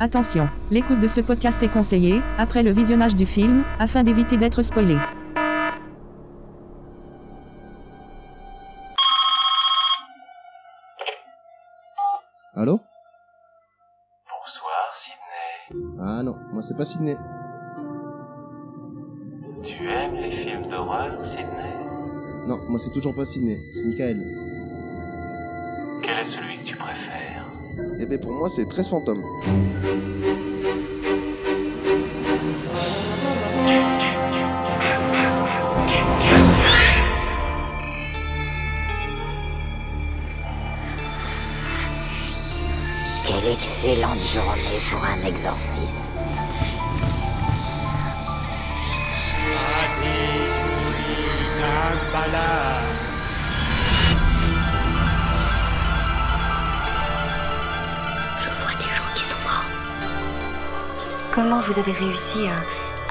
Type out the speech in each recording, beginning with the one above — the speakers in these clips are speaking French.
Attention, l'écoute de ce podcast est conseillée, après le visionnage du film, afin d'éviter d'être spoilé. Allô Bonsoir Sydney. Ah non, moi c'est pas Sydney. Tu aimes les films d'horreur, Sydney Non, moi c'est toujours pas Sydney, c'est Michael. Quel est celui que tu préfères Eh ben pour moi c'est 13 fantômes. Quelle excellente journée pour un exorcisme. Je vois des gens qui sont morts. Comment vous avez réussi à,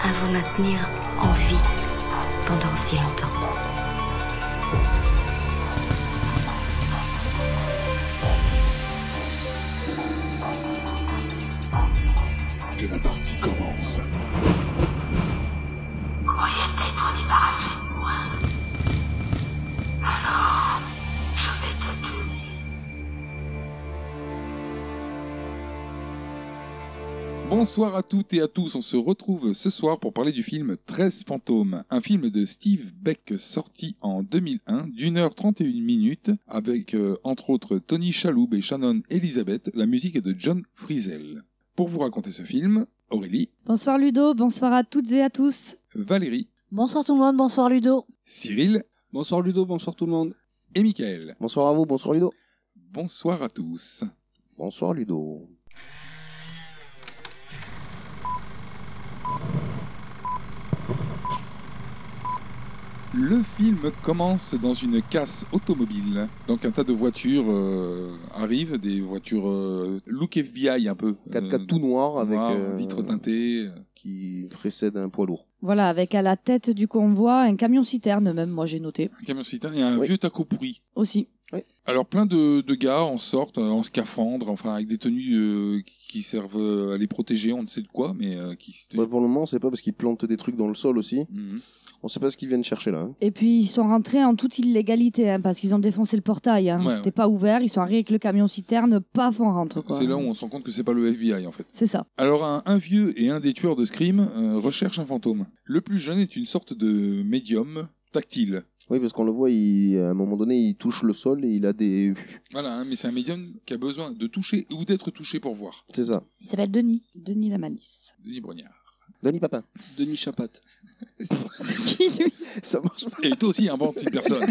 à vous maintenir en vie pendant si longtemps croyais t'être débarrassé de moi. Alors, je vais te tuer. Bonsoir à toutes et à tous, on se retrouve ce soir pour parler du film 13 fantômes, un film de Steve Beck sorti en 2001 d'une heure 31 minutes avec euh, entre autres Tony Chaloub et Shannon Elizabeth, la musique est de John Frizzell. Pour vous raconter ce film, Aurélie, Bonsoir Ludo, bonsoir à toutes et à tous. Valérie, Bonsoir tout le monde, bonsoir Ludo. Cyril Bonsoir Ludo, bonsoir tout le monde. et Michael. Bonsoir à vous, bonsoir Ludo. Bonsoir à tous. Bonsoir Ludo. Le film commence dans une casse automobile. Donc un tas de voitures euh, arrivent, des voitures euh, look FBI un peu. 4x4 Euh, tout noir avec noires, euh, vitres teintées. qui précède un poids lourd. Voilà, avec à la tête du convoi un camion-citerne même, moi j'ai noté. Un camion citerne et un Oui. vieux taco pourri. Aussi. Alors plein de, de gars en sortent euh, en scaphandre, enfin avec des tenues euh, qui servent euh, à les protéger, on ne sait de quoi, mais euh, qui. Bah, pour le moment, on sait pas parce qu'ils plantent des trucs dans le sol aussi. Mhm. On sait pas ce qu'ils viennent chercher là. hein. Et puis ils sont rentrés en toute illégalité, hein, parce qu'ils ont défoncé le portail. Hein. Ouais, C'était ouais. pas ouvert, ils sont arrivés avec le camion-citerne, paf, on rentre quoi. C'est là où on se rend compte que c'est pas le FBI en fait. C'est ça. Alors un, un vieux et un des tueurs de Scream euh, recherchent un fantôme. Le plus jeune est une sorte de médium tactile. Oui, parce qu'on le voit, il, à un moment donné, il touche le sol et il a des. Voilà, hein, mais c'est un médium qui a besoin de toucher ou d'être touché pour voir. C'est ça. Il s'appelle Denis. Denis la malice. Denis Brognard. Denis Papin. Denis Chapat. Qui, lui ça marche pas. Et toi aussi, invente une personne.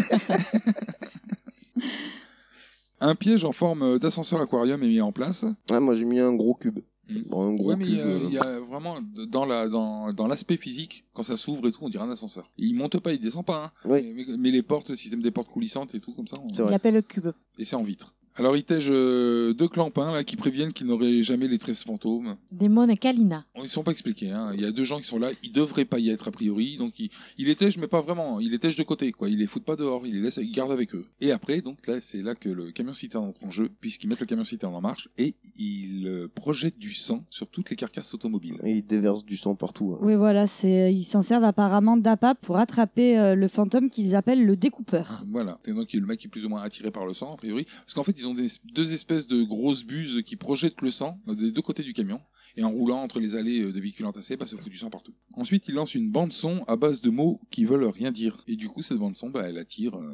un piège en forme d'ascenseur aquarium est mis en place. Ah, moi, j'ai mis un gros cube. Mm. Bon, un Mmh. gros ouais, mais cube. il y a- euh, il y a vraiment, d- dans l'aspect la, dans, dans l'aspect physique, quand ça s'ouvre et tout, on dirait un ascenseur. Il monte pas, il descend pas. hein. Oui. Mais, mais- mais les portes, le système des portes coulissantes et tout, comme ça, on- C'est Il vrai. appelle le cube. et c'est en vitre. Alors, ils tègent euh, deux clampins là, qui préviennent qu'ils n'auraient jamais les 13 fantômes. Démon et Kalina. Ils sont pas expliqués. Hein. Il y a deux gens qui sont là. Ils devraient pas y être a priori. Donc ils, ils les tèchent, mais pas vraiment. Ils les tèchent de côté. Quoi. Ils les foutent pas dehors. Ils les laissent, ils gardent avec eux. Et après, donc là, c'est là que le camion citerne entre en jeu, puisqu'ils mettent le camion citerne en marche et ils euh, projettent du sang sur toutes les carcasses automobiles. Et il déverse du sang partout. hein. Oui, voilà, c'est ils s'en servent apparemment d'appât pour attraper euh, le fantôme qu'ils appellent le découpeur. Voilà. Et donc le mec est plus ou moins attiré par le sang a priori, parce qu'en fait ils ont des, deux espèces de grosses buses qui projettent le sang euh, des deux côtés du camion. Et en roulant entre les allées euh, des véhicules entassés, bah, ça fout du sang partout. Ensuite, il lance une bande-son à base de mots qui veulent rien dire. Et du coup, cette bande-son, bah, elle attire euh,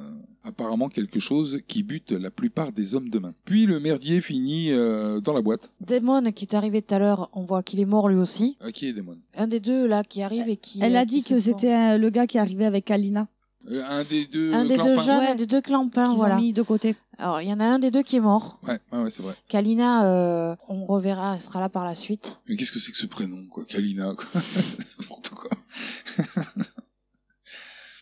apparemment quelque chose qui bute la plupart des hommes de main. Puis le merdier finit euh, dans la boîte. Démon qui est arrivé tout à l'heure, on voit qu'il est mort lui aussi. À qui est Démon Un des deux là qui arrive et qui. Elle a qui dit se que fend. c'était euh, le gars qui arrivait avec Alina, Euh, Un des deux un des deux clampins. jeunes, Ouais. un des deux clampins, qu'ils Ben, voilà. ont mis de côté. Alors il y en a un des deux qui est mort. Ouais, ouais, ouais, c'est vrai. Kalina, euh, on reverra, elle sera là par la suite. Mais qu'est-ce que c'est que ce prénom, quoi Kalina, quoi. N'importe quoi.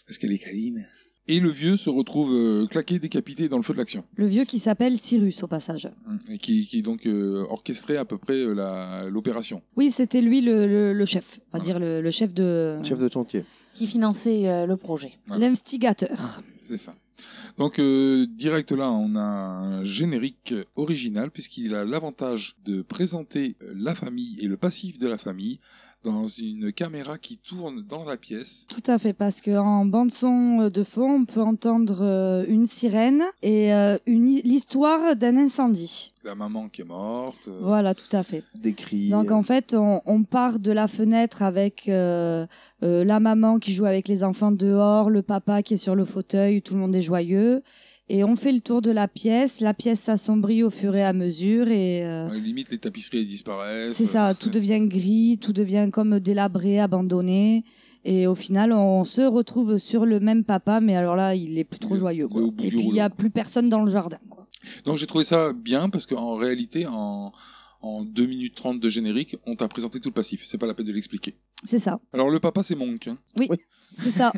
Parce qu'elle est Kaline. Et le vieux se retrouve euh, claqué, décapité dans le feu de l'action. Le vieux qui s'appelle Cyrus, au passage. Hein, Et qui, qui donc euh, orchestré à peu près euh, la- l'opération. Oui, c'était lui le, le- le chef, on va Voilà. dire le, Ah. le chef de... Chef de chantier. Qui finançait euh, le projet. Ouais. L'instigateur. C'est ça. Donc euh, direct là, on a un générique original puisqu'il a l'avantage de présenter euh, la famille et le passif de la famille dans une caméra qui tourne dans la pièce. Tout à fait, parce qu'en bande son euh, de fond, on peut entendre euh, une sirène et euh, une i- l'histoire d'un incendie. La maman qui est morte. euh, Voilà, tout à fait. Des cris. Donc en fait, on, on part de la fenêtre avec euh, euh, la maman qui joue avec les enfants dehors, le papa qui est sur le fauteuil, tout le monde est joyeux. Et on fait le tour de la pièce, la pièce s'assombrit au fur et à mesure et euh, ouais, limite, les tapisseries elles disparaissent. c'est ça, tout devient gris, tout devient comme délabré, abandonné. Et au final, on se retrouve sur le même papa, mais alors là, il est plus trop Il est- joyeux. il est Quoi. au bout Et du puis, il n'y a rouleau. plus personne dans le jardin. Quoi. Donc j'ai trouvé ça bien parce qu'en réalité, en, en 2 minutes 30 de générique, on t'a présenté tout le passif. C'est pas la peine de l'expliquer. C'est ça, Alors le papa, c'est Monk. hein. c'est ça.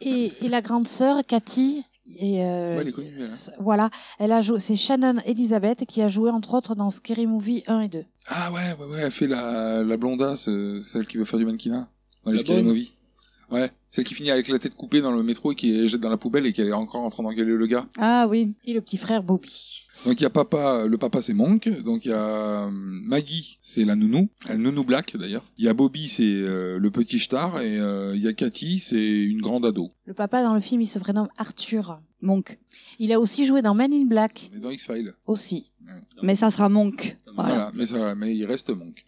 Et, et la grande sœur, Cathy. Et euh, Ouais, elle est connue, elle, hein. Voilà, elle a joué. C'est Shannon Elizabeth qui a joué entre autres dans Scary Movie 1 et 2. Ah ouais, ouais, ouais, elle fait la, la blondasse, euh, celle qui veut faire du mannequinat dans les La Scary bonne. Movie. Ouais, celle qui finit avec la tête coupée dans le métro et qui est jette dans la poubelle et qui est encore en train d'engueuler le gars. Ah oui, Et le petit frère Bobby. Donc il y a papa, le papa c'est Monk, donc il y a euh, Maggie, c'est la nounou, la nounou black d'ailleurs. Il y a Bobby, c'est euh, le petit star et euh, il y a Cathy, c'est une grande ado. Le papa dans le film, il se prénomme Arthur. Monk. Il a aussi joué dans Men in Black Mais dans X-Files. aussi. Mais ça sera Monk. Voilà, Voilà. mais, ça, mais il reste Monk.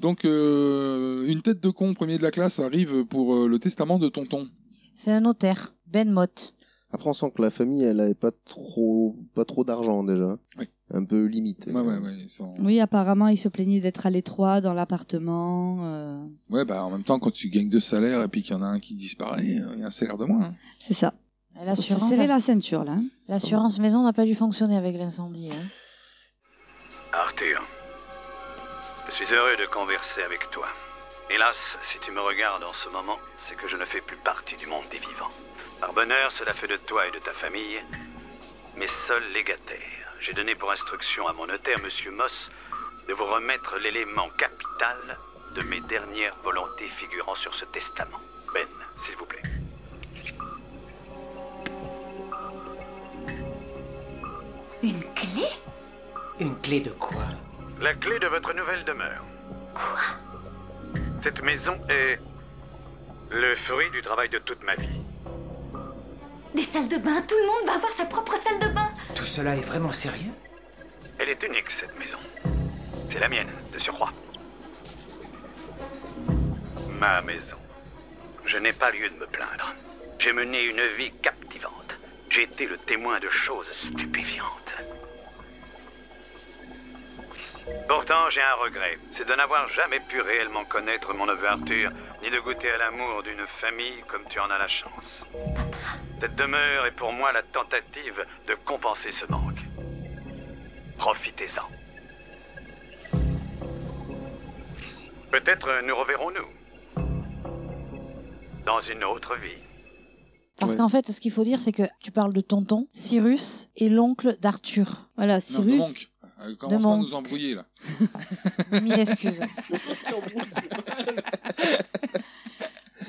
Donc euh, une tête de con premier de la classe arrive pour euh, le testament de tonton. C'est un notaire, Ben Mott. Après, on sent que la famille, elle avait pas trop, pas trop d'argent déjà. Oui. Un peu limite. Ouais, ouais, ouais. sans- Oui, apparemment, il se plaignait d'être à l'étroit dans l'appartement. euh, Ouais, bah en même temps, quand tu gagnes deux salaires et puis qu'il y en a un qui disparaît, euh, il y a un salaire de moins. hein. C'est ça. Faut se L'assurance serrer la ceinture, là. hein. l'assurance maison n'a pas dû fonctionner avec l'incendie. hein. Arthur, je suis heureux de converser avec toi. Hélas, si tu me regardes en ce moment, c'est que je ne fais plus partie du monde des vivants. Par bonheur, cela fait de toi et de ta famille mes seuls légataires. J'ai donné pour instruction à mon notaire, Monsieur Moss, de vous remettre l'élément capital de mes dernières volontés figurant sur ce testament. Ben, s'il vous plaît. Une clé Une clé de quoi La clé de votre nouvelle demeure. Quoi Cette maison est le fruit du travail de toute ma vie. Des salles de bain Tout le monde va avoir sa propre salle de bain Tout cela est vraiment sérieux Elle est unique, cette maison. C'est la mienne, de surcroît. Ma maison. Je n'ai pas lieu de me plaindre. J'ai mené une vie captivante. J'ai été le témoin de choses stupéfiantes. Pourtant, j'ai un regret. C'est de n'avoir jamais pu réellement connaître mon neveu Arthur, ni de goûter à l'amour d'une famille comme tu en as la chance. Cette demeure est pour moi la tentative de compenser ce manque. Profitez-en. Peut-être nous reverrons-nous. Dans une autre vie. Parce Ouais. qu'en fait, ce qu'il faut dire, c'est que tu parles de tonton, Cyrus et l'oncle d'Arthur. Voilà, Non, de Cyrus. Monk. Euh, Commence pas à Monk. nous embrouiller là. Mille excuses.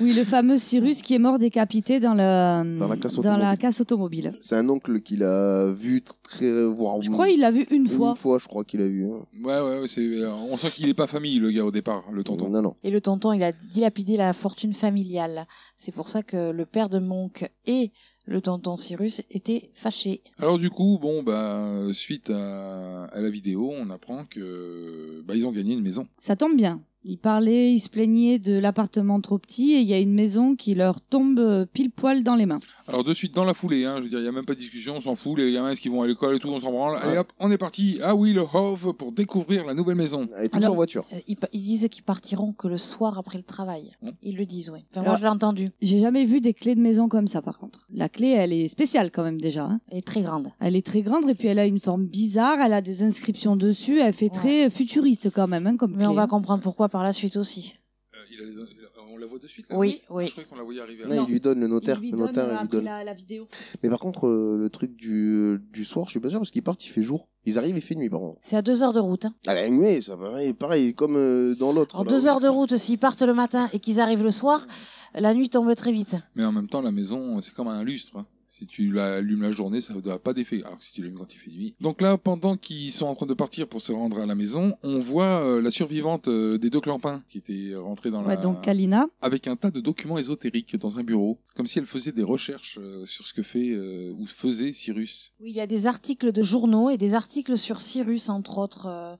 Oui, le fameux Cyrus qui est mort décapité dans, le, Dans la casse dans la automobile. casse automobile. C'est un oncle qu'il a vu très, voire. Je crois qu'il l'a vu une une fois. fois, je crois qu'il a vu. hein. Ouais, ouais, ouais, c'est... euh, on sent qu'il est pas famille le gars au départ, le tonton. Non, non. Et le tonton, il a dilapidé la fortune familiale. C'est pour ça que le père de Monk et le tonton Cyrus étaient fâchés. Alors du coup, bon, bah, suite à, à la vidéo, on apprend que bah, ils ont gagné une maison. Ça tombe bien. Il parlait, il se plaignait de l'appartement trop petit et il y a une maison qui leur tombe euh, pile poil dans les mains. Alors de suite dans la foulée, hein, je veux dire, il y a même pas de discussion, on s'en fout, les gamins, est-ce qu'ils vont à l'école et tout, on s'en branle. Allez hop, on est parti. Ah oui, le Hove pour découvrir la nouvelle maison. Et tous Alors- en voiture. Euh, Ils, pa- ils disent qu'ils partiront que le soir après le travail. Bon. Ils le disent, oui. Enfin, Hein Alors- moi, je l'ai entendu. J'ai jamais vu des clés de maison comme ça par contre. La clé, elle est spéciale quand même déjà. hein. Elle est très grande. Elle est très grande et puis elle a une forme bizarre, elle a des inscriptions dessus, elle fait Ouais. très euh, futuriste quand même hein, comme Mais clé, on va hein. comprendre pourquoi par la suite aussi. Euh, il a- il a- on la voit de suite là Oui, Ah, oui. Je croyais qu'on la voyait arriver. Non, avant. il lui donne le notaire. Il lui le donne, notaire, euh, il lui après donne. La, la vidéo. Mais par contre, euh, le truc du, du soir, je suis pas sûr parce qu'ils partent, il fait jour. Ils arrivent, il fait nuit, par contre. C'est à deux heures de route. hein. Ah, la nuit, ça pareil, pareil comme euh, dans Oh l'autre. En là, deux où- heures de route, s'ils partent le matin et qu'ils arrivent le soir, la nuit tombe très vite. Mais en même temps, la maison, c'est comme un lustre. hein. C'est- Si tu l'allumes la journée, ça ne doit pas d'effet. Alors que si tu l'allumes quand il fait nuit. Donc là, pendant qu'ils sont en train de partir pour se rendre à la maison, on voit euh, la survivante euh, des deux clampins qui était rentrée dans Ouais, la. donc Kalina. avec un tas de documents ésotériques dans un bureau, comme si elle faisait des recherches euh, sur ce que fait euh, ou faisait Cyrus. Oui, il y a des articles de journaux et des articles sur Cyrus, entre autres. euh,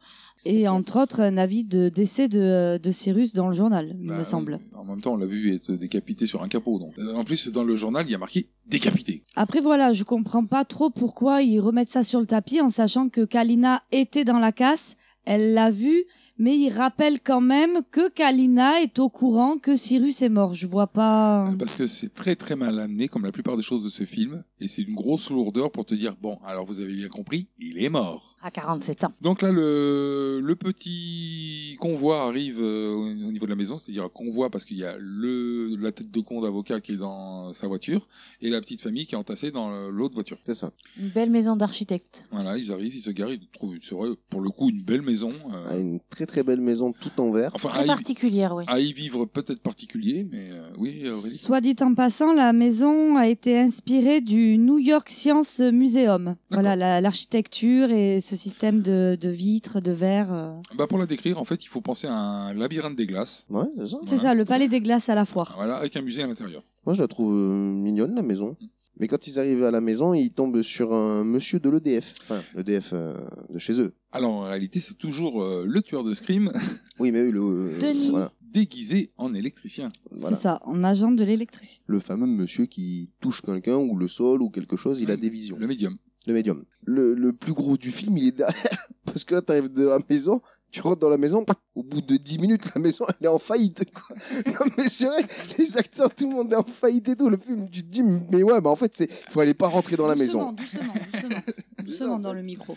Et entre autres, un avis de décès de, de Cyrus dans le journal, il Bah, me semble. oui, En même temps, on l'a vu être décapité sur un capot. Donc. Euh, en plus, dans le journal, il y a marqué décapité. Après, voilà, je comprends pas trop pourquoi ils remettent ça sur le tapis en sachant que Kalina était dans la casse, elle l'a vu, mais ils rappellent quand même que Kalina est au courant que Cyrus est mort. Je vois pas. Euh, Parce que c'est très très mal amené, comme la plupart des choses de ce film, et c'est une grosse lourdeur pour te dire bon, alors vous avez bien compris, il est mort. À 47 ans. Donc là, le, le petit convoi arrive euh, au au niveau de la maison, c'est-à-dire un convoi parce qu'il y a le, la tête de con d'avocat qui est dans sa voiture et la petite famille qui est entassée dans euh, l'autre voiture. C'est ça. Une belle maison d'architecte. Voilà, ils arrivent, ils se garent, ils trouvent, c'est vrai, pour le coup, une belle maison. euh, Ah, une très très belle maison tout en verre. Enfin, à Très y, particulière, oui. à y vivre peut-être particulier, mais euh, oui, Aurélie. Soit dit en passant, la maison a été inspirée du New York Science Museum. Voilà, la- l'architecture et ce système de, de vitres, de verre. euh. Bah, pour la décrire, en fait, il faut penser à un labyrinthe des glaces. Ouais, c'est ça. C'est Voilà. ça, le palais des glaces à la foire. Voilà, avec un musée à l'intérieur. Moi, je la trouve euh, mignonne, la maison. Mais quand ils arrivent à la maison, ils tombent sur un monsieur de l'EDF. Enfin, l'EDF euh, de chez eux. Alors, en réalité, c'est toujours euh, le tueur de Scream Oui, mais oui, le. euh, Denis. voilà, déguisé en électricien. voilà. C'est ça, en agent de l'électricité. Le fameux monsieur qui touche quelqu'un ou le sol ou quelque chose, il a des visions. Le médium. Le médium. Le, le plus gros du film, il est derrière. Parce que là, t'arrives de la maison, tu rentres dans la maison, au bout de 10 minutes, la maison, elle est en faillite, quoi. Non, mais c'est vrai, les acteurs, tout le monde est en faillite et tout. Le film, tu te dis, mais ouais, bah en fait, c'est, faut aller pas rentrer dans la maison. Doucement, doucement, doucement, doucement dans le micro.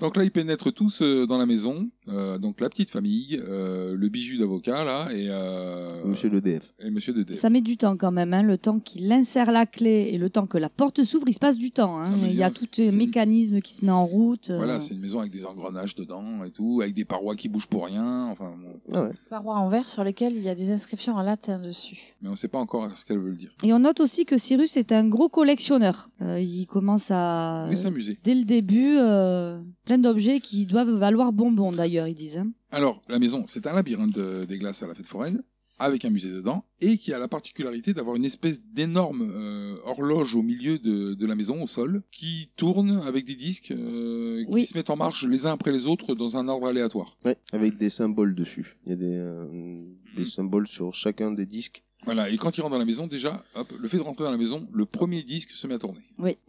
Donc là, ils pénètrent tous euh, dans la maison. Euh, donc la petite famille, euh, le bijou d'avocat, là, et, euh, Monsieur l'EDF. et monsieur Dédé. Ça met du temps quand même, hein, le temps qu'il insère la clé et le temps que la porte s'ouvre, il se passe du temps. hein. Ah, mais il y a non, tout c'est- un mécanisme qui se met en route. euh. Voilà, c'est une maison avec des engrenages dedans et tout, avec des parois qui bougent pour rien. Enfin, bon, Ah ouais. Parois en verre sur lesquelles il y a des inscriptions en latin dessus. mais on ne sait pas encore ce qu'elle veut le dire. Et on note aussi que Cyrus est un gros collectionneur. Euh, il commence à... Mais s'amuser. Dès le début, euh, plein d'objets qui doivent valoir bonbon d'ailleurs, ils disent. hein. Alors, la maison, c'est un labyrinthe de- des glaces à la fête foraine, avec un musée dedans, et qui a la particularité d'avoir une espèce d'énorme euh, horloge au milieu de, de la maison, au sol, qui tourne avec des disques euh, Oui. qui se mettent en marche les uns après les autres dans un ordre aléatoire. Ouais, Mm. avec des symboles dessus. Il y a des, euh, des symboles sur chacun des disques. Voilà, et quand il rentre dans la maison, déjà, hop, le fait de rentrer dans la maison, le premier disque se met à tourner.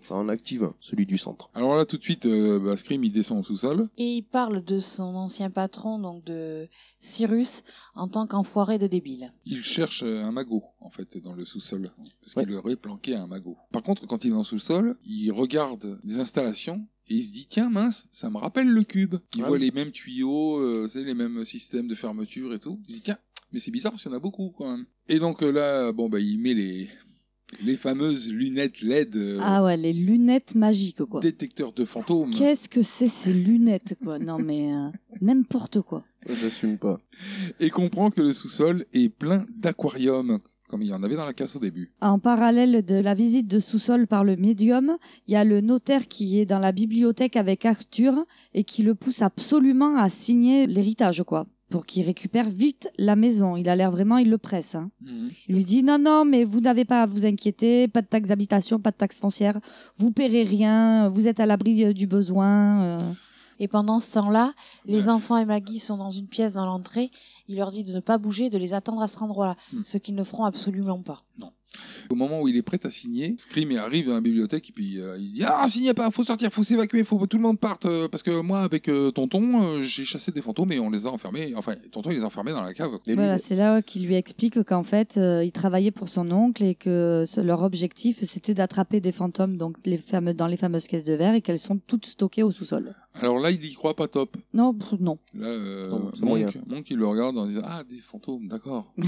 Ça en active un, celui du centre. Alors là, tout de suite, euh, bah, Scream, il descend au sous-sol. Et il parle de son ancien patron, donc de Cyrus, en tant qu'enfoiré de débile. Il cherche euh, un magot, en fait, dans le sous-sol. Parce Ouais. qu'il aurait planqué un magot. Par contre, quand il est dans le sous-sol, il regarde les installations et il se dit tiens, mince, ça me rappelle le cube. Il Ah voit oui. les mêmes tuyaux, euh, vous savez, les mêmes systèmes de fermeture et tout. Il se dit tiens, mais c'est bizarre parce qu'il y en a beaucoup quand même. Et donc euh, là, bon, bah, il met les, les fameuses lunettes LED euh, Ah ouais, les lunettes magiques quoi. détecteurs de fantômes. Qu'est-ce que c'est ces lunettes quoi Non mais euh, n'importe quoi. Ouais, J'assume pas. Et comprend que le sous-sol est plein d'aquariums, comme il y en avait dans la casse au début. En parallèle de la visite de sous-sol par le médium, il y a le notaire qui est dans la bibliothèque avec Arthur et qui le pousse absolument à signer l'héritage, quoi, pour qu'il récupère vite la maison. Il a l'air vraiment, il le presse. hein. Mhm. Il lui dit non, non, mais vous n'avez pas à vous inquiéter, pas de taxe d'habitation, pas de taxe foncière, vous paierez rien, vous êtes à l'abri euh, du besoin. euh. Et pendant ce temps-là, les Ouais. enfants et Maggie sont dans une pièce dans l'entrée. Il leur dit de ne pas bouger, de les attendre à cet endroit-là, Hmm. ce qu'ils ne feront absolument pas. Au moment où il est prêt à signer, Scream arrive à la bibliothèque et puis euh, il dit Ah, signez pas, faut sortir, faut s'évacuer, faut que tout le monde parte. euh, parce que moi, avec euh, Tonton, euh, j'ai chassé des fantômes et on les a enfermés. Enfin, Tonton, il les a enfermés dans la cave. Les Voilà, lunettes. c'est là qu'il lui explique qu'en fait, euh, il travaillait pour son oncle et que ce- leur objectif, c'était d'attraper des fantômes donc les fameux, dans les fameuses caisses de verre et qu'elles sont toutes stockées au sous-sol. Alors là, il y croit pas top. Non, pff, non. Là, euh, Non, c'est moyen. Monk, Monk, il le regarde en disant Ah, des fantômes, d'accord. Ah,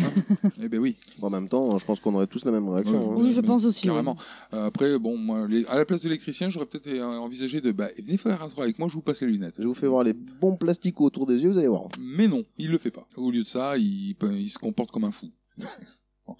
eh ben oui, En même temps, je pense qu'on aurait tous la même réaction. Ouais. hein. Oui, je mais pense aussi. carrément. Euh, après, bon, moi, les- à la place de l'électricien, j'aurais peut-être euh, envisagé de Bah, venez faire un tour avec moi, je vous passe les lunettes. Je vous fais voir les bons plastiques autour des yeux, vous allez voir. Mais non, il le fait pas. Au lieu de ça, il, pe- il se comporte comme un fou. Bon.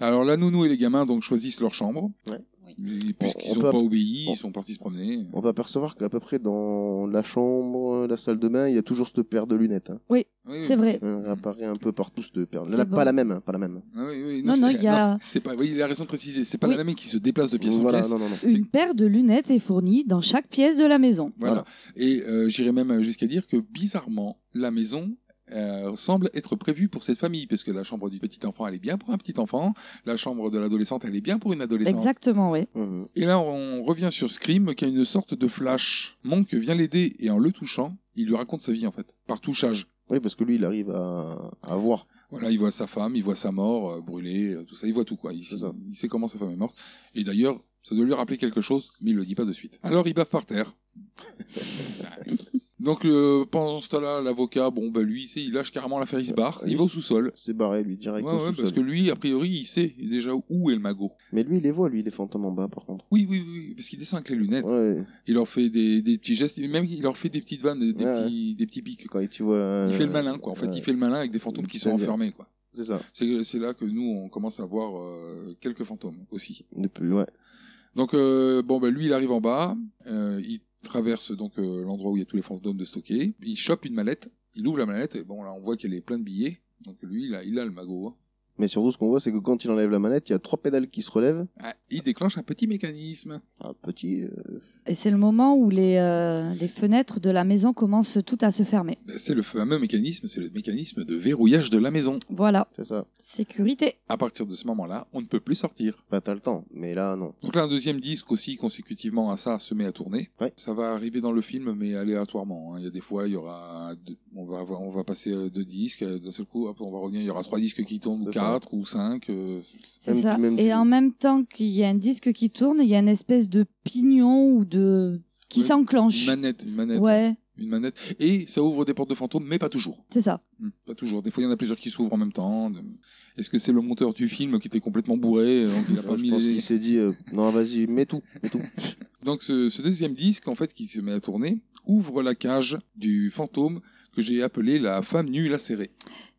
Alors la nounou et les gamins donc choisissent leur chambre. Ouais. Oui. Mais Puisqu'ils on n'ont peut- pas obéi, on- ils sont partis se promener. On va apercevoir qu'à peu près dans la chambre, la salle de bain, il y a toujours cette paire de lunettes. Hein. Oui, C'est vrai. Mm. Elle apparaît un peu partout cette paire. C'est Là, bon. Pas la même, hein, pas la même. Ah oui, oui, Non, non, c'est- il y a- c'est- c'est pas. Oui, il a raison de préciser. C'est pas Oui. la même qui se déplace de pièce en voilà, pièce. non, non, non. Une paire de lunettes est fournie dans chaque pièce de la maison. Voilà. Et euh, j'irais même jusqu'à dire que bizarrement, la maison euh, semble être prévue pour cette famille, parce que la chambre du petit enfant, elle est bien pour un petit enfant, la chambre de l'adolescente, elle est bien pour une adolescente. Exactement, oui. Mhm. Et là, on revient sur Scream, qui a une sorte de flash. Monk vient l'aider et en le touchant, il lui raconte sa vie en fait, par touchage. Oui, parce que lui, il arrive à, à voir. Voilà, il voit sa femme, il voit sa mort euh, brûlée, euh, tout ça, il voit tout quoi. Il, C'est ça. il sait comment sa femme est morte. Et d'ailleurs, ça doit lui rappeler quelque chose, mais il le dit pas de suite. Alors il bave par terre. Donc euh, pendant ce temps-là, l'avocat, bon bah lui, tu sais, il lâche carrément l'affaire, il se barre, il va au sous-sol. C'est barré, lui, direct Ouais, au ouais, sous-sol. parce que lui, a priori, il sait déjà où est le magot. Mais lui, il les voit, lui, les fantômes en bas, par contre. Oui, oui, oui, oui, parce qu'il descend avec les lunettes. Ouais, Il leur fait des, des petits gestes, et même il leur fait des petites vannes, des, des Ouais, petits, des petits pics. quoi. quand tu vois. Il fait le malin, quoi. En fait, il fait le malin avec des fantômes qui sont C'est-à-dire- enfermés, quoi. C'est ça. C'est c'est là que nous, on commence à voir euh, quelques fantômes aussi. Depuis, ouais. Donc, euh, bon, bah, lui, il arrive en bas, euh, il traverse donc euh, l'endroit où il y a tous les fantômes de stocker, il chope une mallette, il ouvre la mallette, et bon, là, on voit qu'elle est pleine de billets. Donc, lui, il a, il a le magot. hein. Mais surtout, ce qu'on voit, c'est que quand il enlève la manette, il y a trois pédales qui se relèvent. Ah, il déclenche un petit mécanisme. Un petit. euh, Et c'est le moment où les, euh, les fenêtres de la maison commencent toutes à se fermer. Bah, C'est le fameux mécanisme, c'est le mécanisme de verrouillage de la maison. Voilà, c'est ça. sécurité. À partir de ce moment-là, on ne peut plus sortir. Bah, t'as le temps. Mais là, non. Donc là, un deuxième disque aussi consécutivement à ça se met à tourner. Ouais. Ça va arriver dans le film, mais aléatoirement. hein. Il y a des fois, il y aura, deux- on va, avoir- on va passer euh, deux disques euh, d'un seul coup. Hop, on va revenir. Il y aura trois disques qui tournent ou C'est ça. quatre ou cinq. euh. C'est Même- ça. même et du- en même temps qu'il y a un disque qui tourne, il y a une espèce de pignon ou de qui Oui. Une s'enclenche. manette, une manette, Ouais, une manette. Et ça ouvre des portes de fantômes, mais pas toujours. c'est ça. Hmm, Pas toujours. Des fois, il y en a plusieurs qui s'ouvrent en même temps. De- Est-ce que c'est le monteur du film qui était complètement bourré euh, donc il a pas je mis pense les- qu'il s'est dit, euh, non, vas-y, mets tout, mets tout. Donc ce, ce deuxième disque, en fait, qui se met à tourner, ouvre la cage du fantôme que j'ai appelé la femme nue lacérée.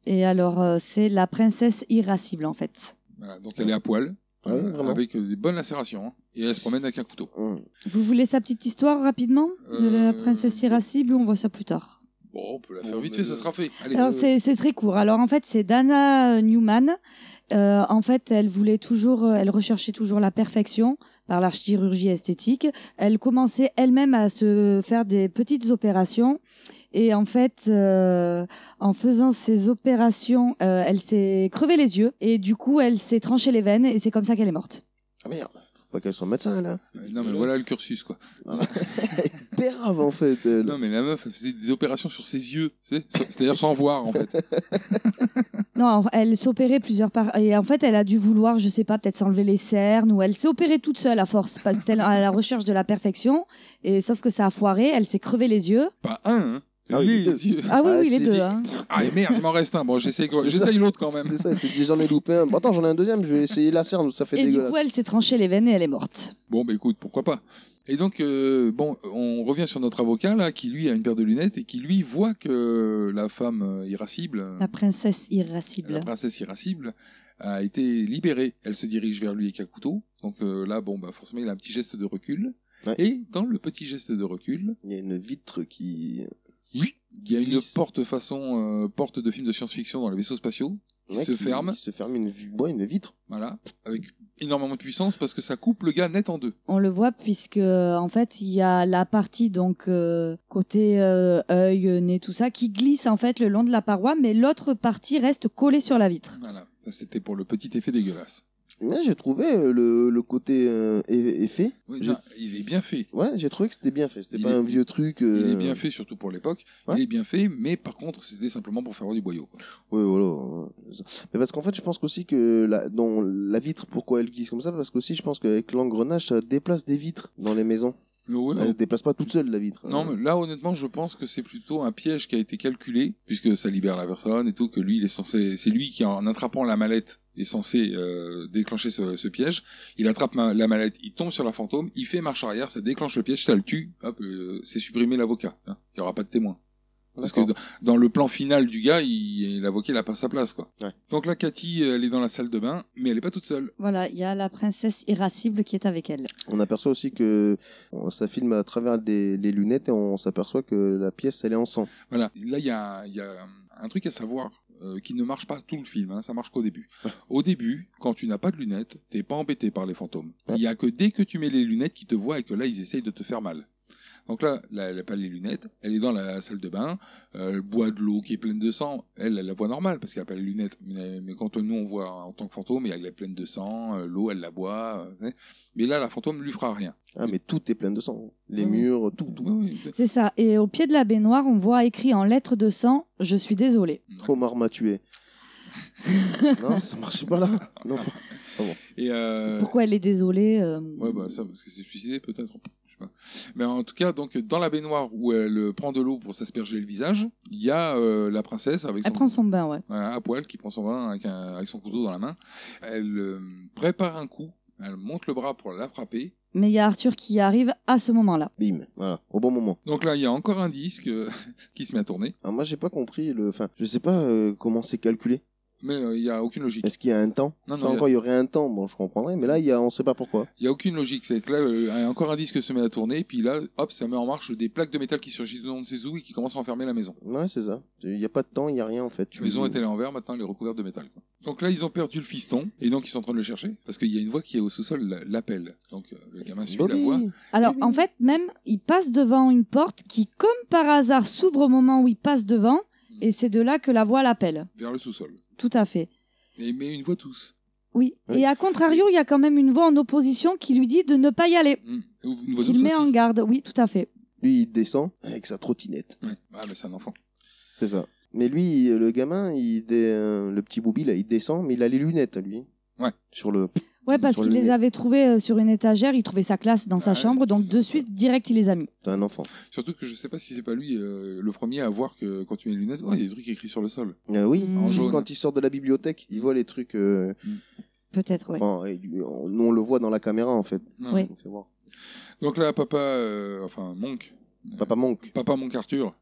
Et alors, euh, c'est la princesse irascible en fait. Voilà, donc elle est à poil, Ah euh, oui, vraiment avec euh, des bonnes lacérations, hein, et elle se promène avec un couteau. Hum. Vous voulez sa petite histoire rapidement de la Euh, princesse irascible ou on voit ça plus tard Bon, on peut la Bon, bah, euh, faire vite mais le- fait, ça sera fait. Allez. Alors c'est c'est très court. Alors en fait c'est Dana euh, Newman. Euh, en fait elle voulait toujours, euh, elle recherchait toujours la perfection par la chirurgie esthétique. Elle commençait elle-même à se faire des petites opérations. Et en fait, euh, en faisant ces opérations, euh, elle s'est crevé les yeux et du coup, elle s'est tranché les veines et c'est comme ça qu'elle est morte. Ah merde. Faut Pas qu'elle soit médecin, là. Euh, non mais voilà le cursus quoi. Pérave, en fait, elle. Non mais la meuf elle faisait des opérations sur ses yeux, tu sais, sans- c'est-à-dire sans voir en fait. Non, elle s'opérait plusieurs par et en fait, elle a dû vouloir, je sais pas, peut-être s'enlever les cernes ou elle s'est opérée toute seule à force parce qu'elle à la recherche de la perfection et sauf que ça a foiré, elle s'est crevé les yeux. Pas un, hein. Ah oui, les les deux. yeux. Ah oui, Ah, oui, les c'est deux. dit. hein. Ah et merde, il m'en reste un. Bon, j'essaye quoi. C'est J'essaye l'autre quand même. C'est ça, c'est dit, j'en ai loupé un. Bon, attends, j'en ai un deuxième, je vais essayer la cerne, ça fait Et du dégueulasse. coup, elle s'est tranchée les veines et elle est morte. Bon bah écoute, pourquoi pas. Et donc euh, bon, on revient sur notre avocat là qui lui a une paire de lunettes et qui lui voit que la femme euh, irascible La princesse la irascible. princesse irascible a été libérée. Elle se dirige vers lui avec un couteau. Donc euh, là, bon, bah, forcément, il a un petit geste de recul. Ouais. Et dans le petit geste de recul, Il y a une vitre qui. il y a une Glisse. porte façon euh, porte de film de science-fiction dans les vaisseaux spatiaux qui Ouais, se ferme. qui se ferme une, vi- ouais, une vitre. Voilà, avec énormément de puissance parce que ça coupe le gars net en deux. On le voit puisque euh, en fait, il y a la partie donc euh, côté euh, œil, nez, tout ça qui glisse en fait le long de la paroi, mais l'autre partie reste collée sur la vitre. Voilà, ça c'était pour le petit effet dégueulasse. Ouais, j'ai trouvé euh, le, le côté euh, é- effet. Oui, Je- non, il est bien fait. Ouais, j'ai trouvé que c'était bien fait. C'était Il pas est- un vieux truc. Il euh, est bien fait, surtout pour l'époque. ouais. Il est bien fait, mais par contre, c'était simplement pour faire voir du boyau. quoi. Ouais, voilà. ouais, c'est ça. Mais parce qu'en fait, je pense qu'aussi que la, dans la vitre, pourquoi elle glisse comme ça Parce qu'aussi, je pense qu'avec l'engrenage, ça déplace des vitres dans les maisons. Mais ouais, Elle déplace pas toute seule la vitre. Euh, Non, mais là, honnêtement, je pense que c'est plutôt un piège qui a été calculé, puisque ça libère la personne et tout, que lui, il est censé, c'est lui qui, en attrapant la mallette, est censé euh, déclencher ce, ce piège. Il attrape ma- la mallette, il tombe sur la fantôme, il fait marche arrière, ça déclenche le piège, ça le tue, hop, euh, c'est supprimé l'avocat. hein. Il y aura pas de témoin. Parce que dans, dans le plan final du gars, il, l'avocat, il a pas sa place, quoi. Ouais. Donc là, Cathy, elle est dans la salle de bain, mais elle est pas toute seule. Voilà, il y a la princesse irascible qui est avec elle. On aperçoit aussi que on- ça filme à travers des, les lunettes et on s'aperçoit que la pièce, elle est en sang. Voilà. Là, il y a, il y a un truc à savoir euh, qui ne marche pas tout le film, hein, ça marche qu'au début. Au début, quand tu n'as pas de lunettes, t'es pas embêté par les fantômes. Ouais. Il y a que dès que tu mets les lunettes qui te voient et que là, ils essayent de te faire mal. Donc là, là, elle n'a pas les lunettes, elle est dans la salle de bain, euh, elle boit de l'eau qui est pleine de sang, elle, elle la voit normale parce qu'elle n'a pas les lunettes, mais, mais quand nous on voit en tant que fantôme, elle est pleine de sang, euh, l'eau elle la boit, euh, ouais. mais là la fantôme lui fera rien. Ah, mais tout est plein de sang. Les Ouais. murs, tout, tout. Oui, oui. C'est ça. Et au pied de la baignoire, on voit écrit en lettres de sang Je suis désolée. Omar m'a tué. non, ça marchait pas là. Non, pas- Et euh, Pourquoi elle est désolée euh, Ouais, bah ça, parce que c'est suicidé peut-être. je sais pas. Mais en tout cas, donc dans la baignoire où elle euh, prend de l'eau pour s'asperger le visage, il y a euh, la princesse avec Elle son prend son bain, ouais. Ouais, à poil qui prend son vin avec, un- avec son couteau dans la main. Elle euh, prépare un coup, elle monte le bras pour la frapper. Mais il y a Arthur qui arrive à ce moment-là. Bim, voilà, au bon moment. Donc là, il y a encore un disque euh, qui se met à tourner, Alors moi, j'ai pas compris le. Enfin, je sais pas euh, comment c'est calculé. mais euh, il y a aucune logique. Est-ce qu'il y a un temps Non, non, Enfin, il y a- encore, il y aurait un temps, bon, je comprendrais, mais là, il y a... on sait pas pourquoi. Il y a aucune logique, c'est que là, euh, encore un disque se met à tourner, puis là, hop, ça met en marche des plaques de métal qui surgissent du nom de ses os et qui commencent à enfermer la maison. Ouais, c'est ça. Il y a pas de temps, il y a rien en fait. La Mmh. maison était à l'envers, maintenant elle est recouverte de métal. quoi. Donc là, ils ont perdu le fiston, et donc ils sont en train de le chercher, parce qu'il y a une voix qui est au sous-sol, la- l'appelle. Donc euh, le gamin suit la Bobby voix. Alors, en fait, même, il passe devant une porte qui, comme par hasard, s'ouvre au moment où il passe devant. Et c'est de là que la voix l'appelle. vers le sous-sol. Tout à fait. Mais, mais une voix tous. Oui. Oui. Et à contrario, il y a quand même une voix en opposition qui lui dit de ne pas y aller. Hum, Une voix Qu'il douce met en aussi. garde. Oui, tout à fait. Lui, il descend avec sa trottinette. Ouais. Ah, mais c'est un enfant. C'est ça. Mais lui, le gamin, il dé- euh, le petit Booby, là, il descend, mais il a les lunettes, lui. Ouais. Sur le. Ouais, parce Sur qu'il le les nez. avait trouvés euh, sur une étagère. Il trouvait sa classe dans sa Ah Ouais, chambre. Donc, c'est de ça. suite, direct, il les a mis. T'es un enfant. Surtout que je sais pas si c'est pas lui euh, le premier à voir que quand tu mets les lunettes, oh, il y a des trucs écrits sur le sol. Euh, oui, Mm. En si, jaune. quand il sort de la bibliothèque, il voit les trucs. euh, Peut-être, ouais. bon, et lui, on- nous, on le voit dans la caméra, en fait. Oui. On fait voir. Donc là, papa, euh, enfin Monk, Papa manque. papa Monk Arthur,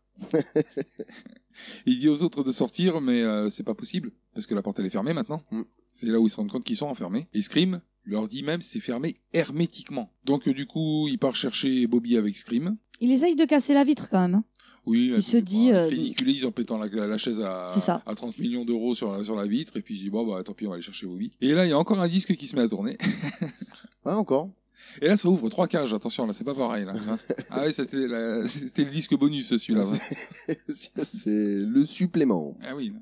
il dit aux autres de sortir, mais euh, c'est pas possible parce que la porte elle est fermée maintenant. Mm. C'est là où ils se rendent compte qu'ils sont enfermés. Et Scream leur dit même c'est fermé hermétiquement. Donc euh, du coup, il part chercher Bobby avec Scream. Il essaye de casser la vitre quand même. hein. Oui, Il se dit, Ils euh, se ridiculise en pétant la, la chaise à, C'est ça. à 30 millions d'euros sur la, sur la vitre. Et puis il dit Bon, bah tant pis, on va aller chercher Bobby. Et là, il y a encore un disque qui se met à tourner. Ah, encore. Et là, ça ouvre trois cages. Attention, là, c'est pas pareil. Là. ah oui, ça, c'est la- c'était le disque bonus, celui-là. C'est le supplément. ah oui.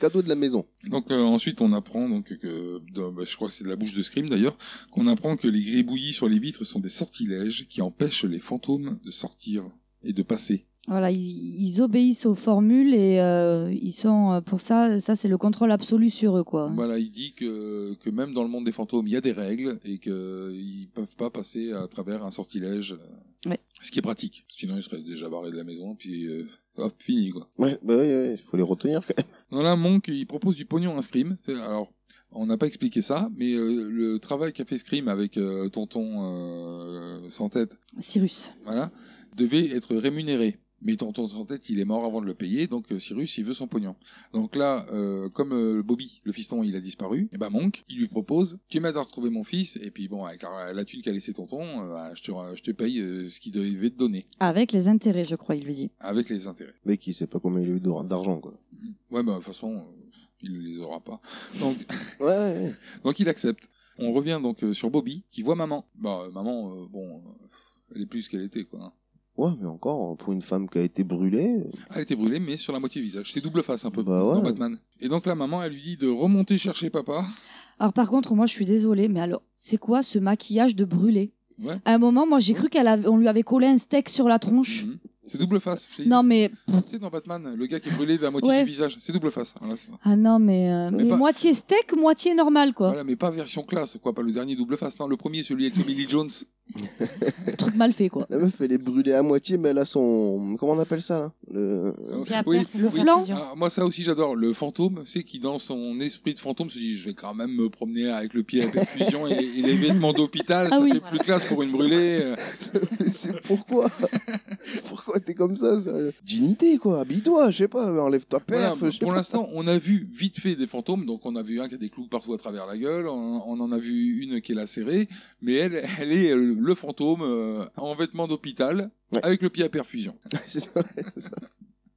Cadeau de la maison. Donc euh, ensuite, on apprend donc que, dans- bah, je crois que c'est de la bouche de Scream d'ailleurs, qu'on apprend que les gribouillis sur les vitres sont des sortilèges qui empêchent les fantômes de sortir et de passer. Voilà, ils, ils obéissent aux formules et euh, ils sont euh, pour ça. Ça, c'est le contrôle absolu sur eux, quoi. Voilà, il dit que, que même dans le monde des fantômes, il y a des règles et qu'ils peuvent pas passer à travers un sortilège. euh, Ouais. Ce qui est pratique. Sinon, ils seraient déjà barrés de la maison, puis euh, hop, fini quoi. Ouais, bah oui, il faut les retenir. quand même. Non, là, Monk, il propose du pognon à Scream. C'est- Alors, on n'a pas expliqué ça, mais euh, le travail qu'a fait Scream avec euh, Tonton euh, sans tête, Cyrus. voilà, devait être rémunéré. Mais Tonton sans tête, il est mort avant de le payer, donc euh, Cyrus, il veut son pognon. Donc là, euh, comme euh, Bobby, le fiston, il a disparu, et ben Monk, il lui propose, tu m'aides à retrouver mon fils, et puis bon, avec la, la thune qu'a laissé Tonton, euh, bah, je, te, je te paye euh, ce qu'il devait te donner, Avec les intérêts, je crois, il lui dit. avec les intérêts. Mais qui sait pas combien il a eu d'or- d'argent, quoi. Ouais, bah, de toute façon, euh, il les aura pas. Donc, Ouais, ouais, ouais. Donc il accepte. On revient donc euh, sur Bobby qui voit maman. Bah euh, maman, euh, bon, euh, elle est plus ce qu'elle était quoi. hein. Ouais, mais encore, pour une femme qui a été brûlée. Elle était brûlée mais sur la moitié du visage. C'est double face un peu Bah dans ouais. Batman. Et donc la maman elle lui dit de remonter chercher papa. Alors, par contre, moi, je suis désolée, mais alors, c'est quoi ce maquillage de brûlé Ouais. À un moment, moi, j'ai cru qu'on lui avait collé un steak sur la tronche. Mhm. C'est double face. je t'ai dit. Non, mais. Tu sais dans Batman le gars qui est brûlé de la moitié Ouais. du visage. C'est double face. Voilà, c'est ça. Ah non, mais. euh, Mais mais pas- moitié steak, moitié normal, quoi. Voilà mais pas version classe quoi. Pas le dernier double face. Non le premier celui avec Emily Jones. Un truc mal fait, quoi. La meuf, elle est brûlée à moitié, mais elle a son. Comment on appelle ça, là Le- Puis après, Euh, Oui, faut faire oui. attention. Ah, moi, ça aussi, j'adore. Le fantôme, c'est qui, dans son esprit de fantôme, se dit Je vais quand même me promener avec le pied à perfusion et, et les vêtements d'hôpital, Ah ça oui. fait plus classe pour une brûlée. euh. C'est pourquoi Pourquoi t'es comme ça, sérieux Dignité, quoi. Habille-toi, je sais pas, enlève ta Voilà, perf. je sais pour pas. l'instant, on a vu vite fait des fantômes. Donc, on a vu un qui a des clous partout à travers la gueule. On, on en a vu une qui est lacérée. Mais elle, elle est euh, le fantôme euh, en vêtements d'hôpital Ouais. avec le pied à perfusion. C'est ça, c'est ça.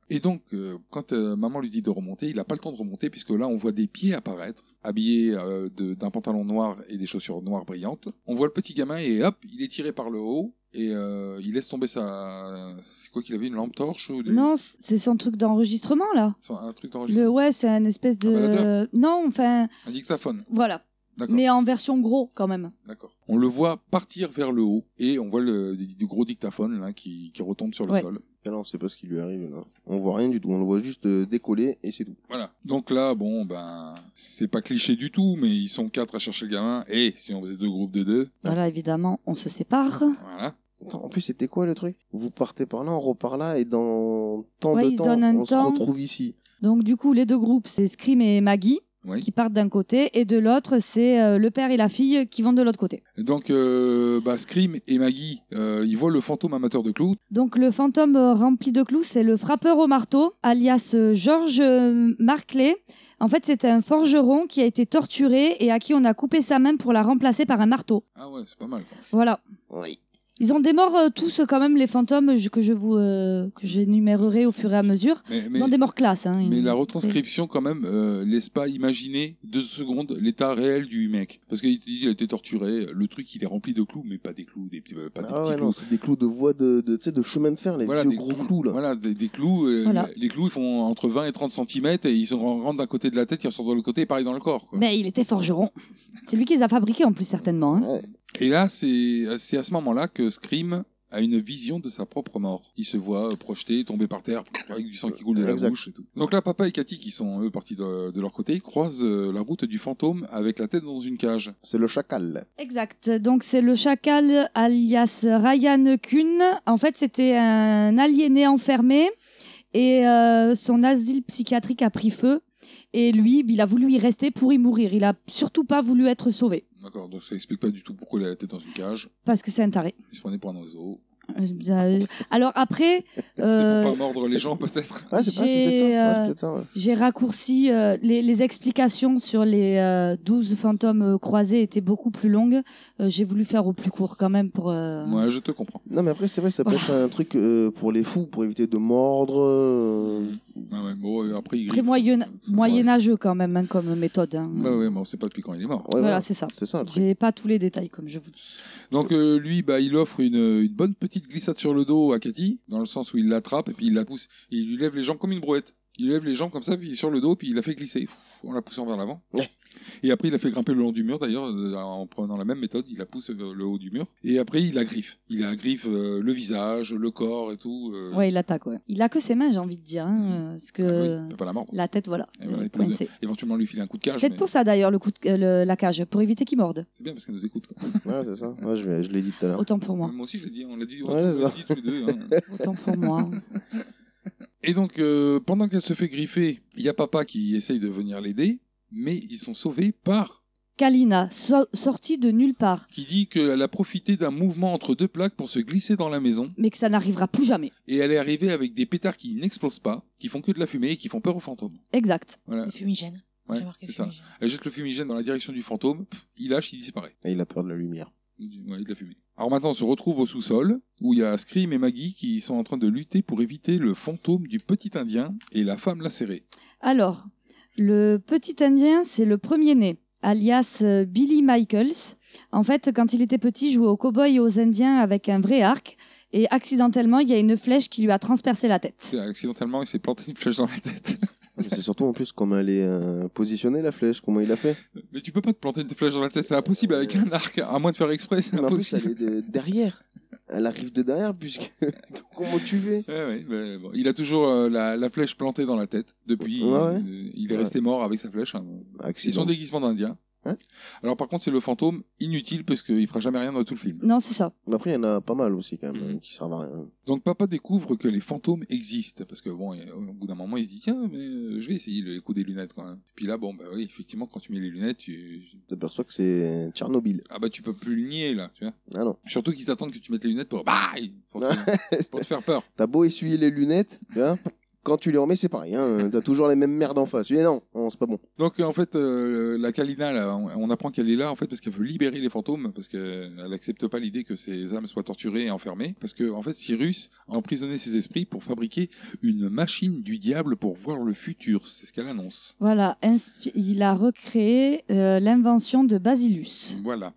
Et donc, euh, quand euh, maman lui dit de remonter, il n'a pas le temps de remonter puisque là, on voit des pieds apparaître, habillés euh, de- d'un pantalon noir et des chaussures noires brillantes. On voit le petit gamin et hop, il est tiré par le haut et euh, il laisse tomber sa... C'est quoi qu'il avait, une lampe torche ou des- Non, c'est son truc d'enregistrement, là. son- un Le, truc d'enregistrement ouais, c'est un espèce Un de. baladeur. Non, enfin. Un dictaphone. Voilà. D'accord. Mais en version gros, quand même. D'accord. On le voit partir vers le haut et on voit le, du du gros dictaphone là, qui, qui retombe sur le Ouais. sol. Ah non, c'est pas ce qui lui arrive, là. On voit rien du tout, on le voit juste euh, décoller et c'est tout. Voilà. Donc là, bon, ben, c'est pas cliché du tout, mais ils sont quatre à chercher le gamin. Et si on faisait deux groupes de deux, Voilà, évidemment, on se sépare. voilà. Attends, en plus, c'était quoi le truc Vous partez par là, on repart là, et dans tant Ouais, de ils se temps, donnent un on temps. se retrouve ici. Donc, du coup, les deux groupes, c'est Scream et Maggie, Oui. qui partent d'un côté, et de l'autre, c'est euh, le père et la fille qui vont de l'autre côté. Et Donc, euh, bah, Scream et Maggie, euh, ils voient le fantôme amateur de clous. Donc, le fantôme euh, rempli de clous, c'est le frappeur au marteau, alias euh, Georges euh, Marclay. En fait, c'est un forgeron qui a été torturé et à qui on a coupé sa main pour la remplacer par un marteau. Ah ouais, c'est pas mal. quoi. Voilà. Oui. Ils ont des morts euh, tous euh, quand même, les fantômes je- que je vous euh, que j'énumérerai au fur et à mesure. Mais, mais, Ils ont des morts classe. Hein, mais Ils- la retranscription, quand même, euh, laisse pas imaginer deux secondes l'état réel du mec. Parce qu'il te dit, il a été torturé. Le truc, il est rempli de clous, mais pas des clous, des, petits- euh, pas des Ah petits ouais, clous. non, c'est des clous de voie de, de, tu sais, de chemin de fer, les Voilà, vieux des gros clous. clous, là. Voilà, des, des clous. euh, Voilà. Les clous, ils font entre 20 et 30 cm et ils sont- rentrent d'un côté de la tête, ils ressortent de l'autre côté et pareil dans le corps. Quoi. Mais il était forgeron. C'est lui qui les a fabriqués en plus certainement. hein. Ouais. Et là, c'est c'est à ce moment-là que Scream a une vision de sa propre mort. Il se voit euh, projeté, tombé par terre, avec du sang qui coule de la Exact. bouche et tout. Donc là, papa et Cathy, qui sont eux partis de, de leur côté, ils croisent euh, la route du fantôme avec la tête dans une cage. C'est le chacal. Exact. Donc c'est le chacal alias Ryan Kuhn. En fait, c'était un aliéné enfermé et euh, son asile psychiatrique a pris feu. Et lui, il a voulu y rester pour y mourir. Il a surtout pas voulu être sauvé D'accord, donc ça explique pas du tout pourquoi il a la tête dans une cage. parce que c'est un taré. Il se prenait pour un oiseau. Euh, Alors après, C'était euh, pour pas mordre les gens, peut-être. Ouais, c'est pas- c'est peut-être ça. J'ai, Ouais, c'est euh, peut-être ça, ouais. J'ai raccourci euh, les, les explications sur les euh, 12 fantômes euh, croisés étaient beaucoup plus longues. Euh, J'ai voulu faire au plus court quand même pour. euh, Ouais, je te comprends. Non, mais après, c'est vrai, ça peut Voilà. être un truc euh, pour les fous, pour éviter de mordre. Mm. euh, Ouais, ouais, bon, euh, après, il Très griffe. moyen, Ouais. moyenâgeux quand même hein, comme méthode. hein. Ouais, ouais, mais on sait pas depuis quand il est mort. ouais, Voilà, voilà. c'est ça. C'est ça, le truc. J'ai pas tous les détails comme je vous dis. Donc euh, lui, bah, il offre une, une bonne petite glissade sur le dos à Cathy, dans le sens où il l'attrape et puis il la pousse. Et il lui lève les jambes comme une brouette. Il lève les jambes comme ça, puis sur le dos, puis il la fait glisser, Pff, en la poussant vers l'avant. Ouais. Et après, il la fait grimper le long du mur, d'ailleurs, euh, en prenant la même méthode, il la pousse vers le haut du mur. Et après, il la griffe. Il la griffe euh, le visage, le corps et tout. euh. Ouais, il attaque. Ouais. Il a que ses mains, j'ai envie de dire, hein, euh, parce Ah oui, Eh ben, que il peut pas la mordre. la tête, voilà. Et voilà, c'est il peut le- coincé. Éventuellement, lui filer un coup de cage, Peut-être mais pour ça d'ailleurs le coup de, euh, le- la cage pour éviter qu'il morde. c'est bien parce qu'elle nous écoute. quoi. Ouais, c'est ça. Ouais, je, vais- je l'ai dit tout Ah. à l'heure. Autant pour moi. Moi aussi, je l'ai dit, on l'a dit, on Ouais, l'a c'est dit tous les deux. hein. Autant pour moi. Et donc, euh, pendant qu'elle se fait griffer, il y a papa qui essaye de venir l'aider, mais ils sont sauvés par Kalina, so- sortie de nulle part, qui dit qu'elle a profité d'un mouvement entre deux plaques pour se glisser dans la maison, mais que ça n'arrivera plus jamais. et elle est arrivée avec des pétards qui n'explosent pas, qui font que de la fumée et qui font peur aux fantômes. Exact. Voilà, Les fumigènes. Euh, ouais, J'ai marqué c'est ça. fumigènes. Elle jette le fumigène dans la direction du fantôme, pff, il lâche, il disparaît. Et il a peur de la lumière. Ouais, de la fumée. Alors maintenant, on se retrouve au sous-sol, où il y a Scream et Maggie qui sont en train de lutter pour éviter le fantôme du petit indien et la femme lacérée. Alors, le petit Indien, c'est le premier-né, alias euh, Billy Michaels. En fait, quand il était petit, il jouait aux cow-boys et aux Indiens avec un vrai arc. Et accidentellement, il y a une flèche qui lui a transpercé la tête. C'est- Accidentellement, il s'est planté une flèche dans la tête. Mais C'est surtout en plus comment elle est euh, positionnée, la flèche, comment il a fait. Mais tu peux pas te planter une flèche dans la tête, c'est impossible avec un arc, à moins de faire exprès, c'est Mais en plus, impossible. elle est de- derrière. Elle arrive de derrière, puisque. comment tu fais Ouais, ouais, Eh mais bon, Il a toujours euh, la, la flèche plantée dans la tête depuis. Ouais, ouais. euh, il est resté mort avec sa flèche. hein. Et Accident. son déguisement d'Indien. Alors par contre, c'est le fantôme inutile parce qu'il fera jamais rien dans tout le film. Non, c'est ça. Mais après, il y en a pas mal aussi, quand même, Mhm. euh, qui servent à rien. Donc papa découvre que les fantômes existent parce que bon, et- au bout d'un moment, il se dit tiens, mais euh, je vais essayer le coup des lunettes quand même. Puis là, bon bah oui, effectivement, quand tu mets les lunettes, tu... Tu t'aperçois que c'est Tchernobyl. ah bah tu peux plus le nier là, tu vois. Ah non. Surtout qu'ils attendent que tu mettes les lunettes pour bah, pour, te... pour te faire peur. T'as beau essuyer les lunettes, tu vois, quand tu les remets, c'est pareil. Hein, T'as toujours les mêmes merdes en face. Tu dis non, non, c'est pas bon. Donc euh, en fait, euh, la Kalina, là, on, on apprend qu'elle est là en fait parce qu'elle veut libérer les fantômes parce qu'elle n'accepte pas l'idée que ces âmes soient torturées et enfermées parce que en fait Cyrus a emprisonné ses esprits pour fabriquer une machine du diable pour voir le futur. C'est ce qu'elle annonce. Voilà, inspi- il a recréé euh, l'invention de Basilus. Voilà.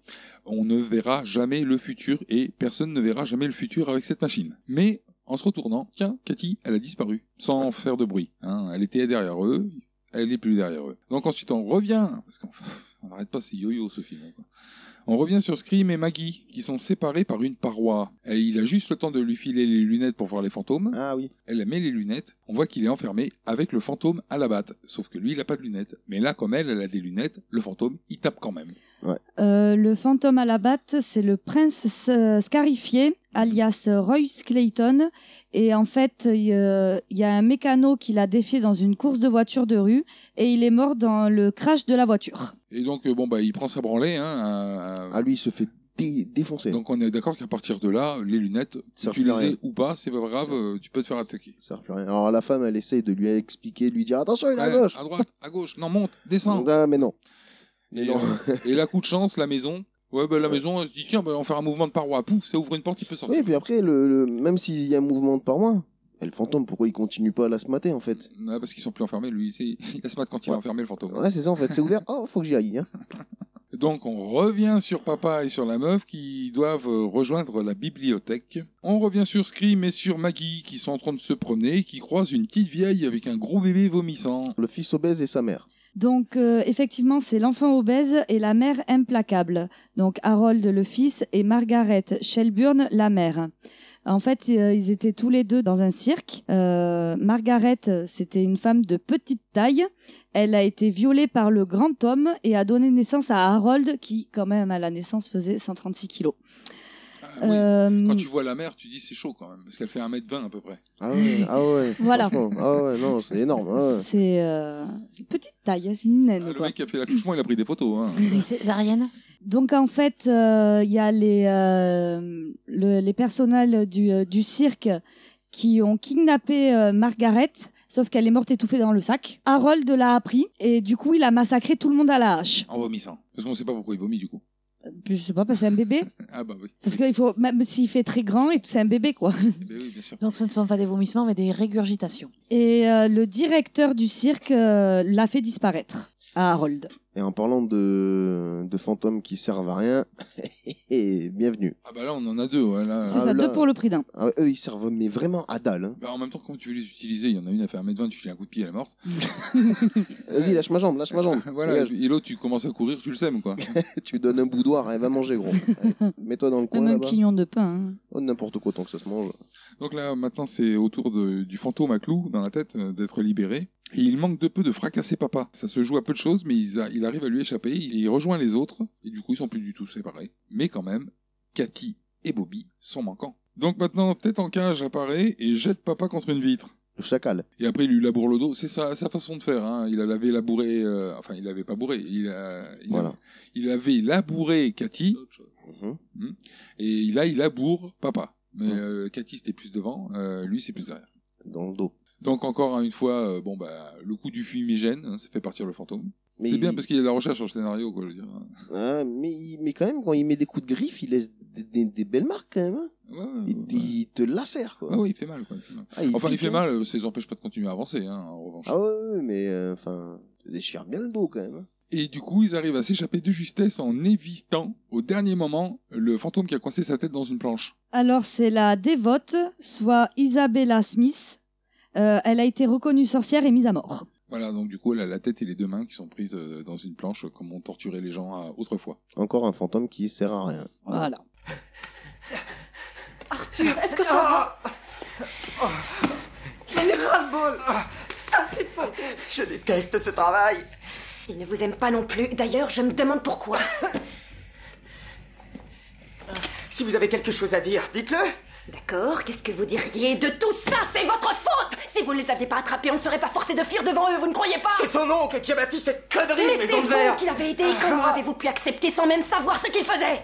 On ne verra jamais le futur et personne ne verra jamais le futur avec cette machine. Mais en se retournant, tiens, Cathy, elle a disparu sans faire de bruit. hein. Elle était derrière eux. Elle est plus derrière eux. Donc ensuite on revient parce qu'on on n'arrête pas ces yo-yo ce film. hein, quoi. On revient sur Scream et Maggie, qui sont séparés par une paroi. Et il a juste le temps de lui filer les lunettes pour voir les fantômes. Ah oui. Elle met les lunettes. On voit qu'il est enfermé avec le fantôme à la batte. Sauf que lui, il n'a pas de lunettes. Mais là, comme elle, elle a des lunettes, le fantôme, il tape quand même. Euh, le fantôme à la batte, c'est le prince euh, scarifié, alias Royce Clayton. Et en fait, il y a- il y a un mécano qui l'a défié dans une course de voiture de rue et il est mort dans le crash de la voiture. Et donc, euh, bon, bah, il prend sa branlée. Hein, à- à- Ah lui, il se fait dé- défoncer. Donc, on est d'accord qu'à partir de là, les lunettes, Ça tu sert plus à les rien. aies ou pas, c'est pas grave, Ça- euh, tu peux te faire attaquer. Ça sert plus à rien. Alors la femme, elle essaye de lui expliquer, de lui dire attention, il est à Ouais, ah, gauche. à droite, à gauche, non, monte, descends. Ah, mais non. Et, Mais non. euh, et là, coup de chance, la maison. Ouais, bah, la maison, elle se dit, tiens, bah, on va faire un mouvement de paroi. Pouf, ça ouvre une porte, il peut sortir. Oui, et puis après, le, le- même s'il y a un mouvement de par mois, et le fantôme, pourquoi il continue pas à la se mater en fait Ah, parce qu'ils sont plus enfermés, lui, c'est- il se mate quand il est Ouais. enfermé, le fantôme. Ouais, c'est ça en fait, c'est ouvert. Oh, faut que j'y aille. Hein. Donc on revient sur papa et sur la meuf qui doivent euh, rejoindre la bibliothèque. On revient sur Scream et sur Maggie qui sont en train de se promener et qui croisent une petite vieille avec un gros bébé vomissant. Le fils obèse et sa mère. Donc euh, effectivement, c'est l'enfant obèse et la mère implacable. Donc Harold le fils et Margaret Shelburne la mère. En fait, euh, ils étaient tous les deux dans un cirque. Euh, Margaret, euh, c'était une femme de petite taille. Elle a été violée par le grand homme et a donné naissance à Harold, qui quand même à la naissance faisait 136 kilos. Ah oui. Euh, Quand tu vois la mère, tu dis c'est chaud quand même, parce qu'elle fait 1m20 à peu près. Ah ouais, ah ouais. Voilà. franchement. Ah ouais, non, c'est énorme. ah ouais. C'est euh, petite taille, hein, c'est Ah, naine. le quoi. mec qui a fait l'accouchement, il a pris des photos. Hein. C'est Ariane Donc en fait, euh, il y a les, euh, le- les personnels du, euh, du cirque qui ont kidnappé euh, Margaret, sauf qu'elle est morte étouffée dans le sac. Harold l'a appris et du coup il a massacré tout le monde à la hache. En vomissant. Parce qu'on sait pas pourquoi il vomit du coup. Euh, Je sais pas, parce que c'est un bébé. Ah bah oui. Parce qu'il faut, même s'il fait très grand, et tout, c'est un bébé quoi. Eh ben oui, bien sûr. Donc ce ne sont pas des vomissements, mais des régurgitations. Et euh, le directeur du cirque euh, l'a fait disparaître à Harold. Et en parlant de, de fantômes qui servent à rien, et bienvenue. Ah bah là on en a deux. ouais, là. C'est Ah ça, là. deux pour le prix d'un. Ah, eux, ils servent mais vraiment à dalle. hein. Bah, en même temps, comment tu veux les utiliser Il y en a une à fait 1m20, tu files un coup de pied, elle est morte. Vas-y, lâche ma jambe, lâche ma jambe. voilà, Dégage. et l'autre, tu commences à courir, tu le sèmes quoi. tu lui donnes un boudoir, elle va manger gros. Allez, Mets-toi dans le coin Même un là-bas. quignon de pain. hein. Oh, n'importe quoi tant que ça se mange. Donc là, maintenant, c'est au tour de- du fantôme à clous dans la tête euh, d'être libéré. Et il manque de peu de fracasser papa. Ça se joue à peu de choses, mais ils a- il arrive à lui échapper. Il, il rejoint les autres, et du coup, ils sont plus du tout séparés. Mais quand même, Cathy et Bobby sont manquants. Donc maintenant, peut-être en cage apparaît et jette papa contre une vitre. Le chacal. Et après, il lui laboure le dos. C'est sa, sa façon de faire. Hein. Il a lavé, labouré. euh, enfin, il l'avait pas bourré. Il, a, il, a- Voilà. il avait labouré Cathy. Mhm. Et là, il laboure papa. Mais euh, Cathy, c'était plus devant. euh, lui, c'est plus derrière. Dans le dos. Donc encore hein, une fois, euh, bon bah le coup du fumigène, hein, ça fait partir le fantôme. Mais c'est il- bien parce qu'il y a de la recherche en scénario, quoi, je veux dire. hein. Ah, mais, il- mais quand même, quand il met des coups de griffe, il laisse des, des- des belles marques quand même. hein. Ouais, ouais, Il, ouais. il te lacère quoi. Ah oui, il fait mal, quoi. il fait mal. Ah, il Enfin, il pique, fait hein. mal, euh, ça les empêche pas de continuer à avancer, hein, en revanche. Ah ouais, ouais, mais euh, enfin, il te déchire bien le dos quand même. hein. Et du coup, ils arrivent à s'échapper de justesse en évitant, au dernier moment, le fantôme qui a coincé sa tête dans une planche. Alors, c'est la dévote, soit Isabella Smith. Euh, elle a été reconnue sorcière et mise à mort. Voilà, donc du coup, elle a la tête et les deux mains qui sont prises euh, dans une planche, euh, comme on torturait les gens euh, autrefois. Encore un fantôme qui sert à rien. Voilà. Arthur, est-ce que ça va J'en ai ras-le-bol Sale petite faute Je déteste ce travail Il ne vous aime pas non plus. D'ailleurs, je me demande pourquoi. Si vous avez quelque chose à dire, dites-le. D'accord, qu'est-ce que vous diriez de tout ça C'est votre faute Si vous ne les aviez pas attrapés, on ne serait pas forcé de fuir devant eux, vous ne croyez pas C'est son oncle qui a bâti cette connerie de Mais c'est maison de vous verre. qui l'avez aidé Comment avez-vous pu accepter sans même savoir ce qu'il faisait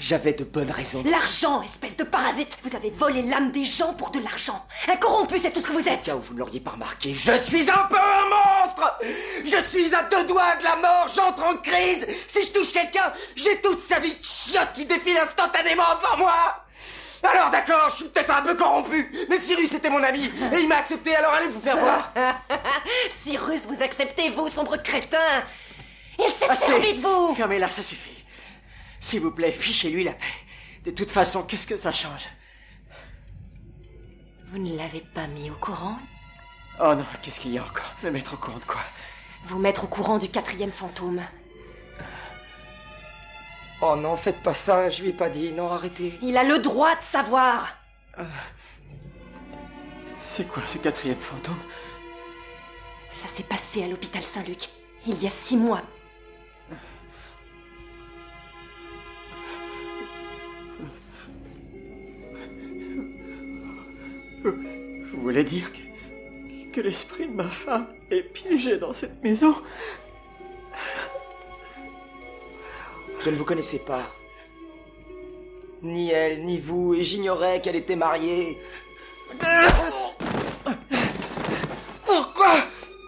J'avais de bonnes raisons. L'argent, espèce de parasite Vous avez volé l'âme des gens pour de l'argent Un corrompu, c'est tout ce que vous Au êtes cas où vous ne l'auriez pas remarqué, je suis un peu un monstre Je suis à deux doigts de la mort, j'entre en crise Si je touche quelqu'un, j'ai toute sa vie de chiotte qui défile instantanément devant moi Alors d'accord, je suis peut-être un peu corrompu, mais Cyrus était mon ami, et il m'a accepté, alors allez vous faire voir Cyrus, vous acceptez, vous, sombre crétin Il s'est Assez. servi de vous Fermez-la, ça suffit. S'il vous plaît, fichez-lui la paix. De toute façon, qu'est-ce que ça change Vous ne l'avez pas mis au courant Oh non, qu'est-ce qu'il y a encore Me mettre au courant de quoi Vous mettre au courant du quatrième fantôme. Oh non, faites pas ça, je lui ai pas dit, non, arrêtez. Il a le droit de savoir C'est quoi ce quatrième fantôme Ça s'est passé à l'hôpital Saint-Luc, il y a six mois. Vous voulez dire que, que l'esprit de ma femme est piégé dans cette maison Je ne vous connaissais pas. Ni elle, ni vous, et j'ignorais qu'elle était mariée. Pourquoi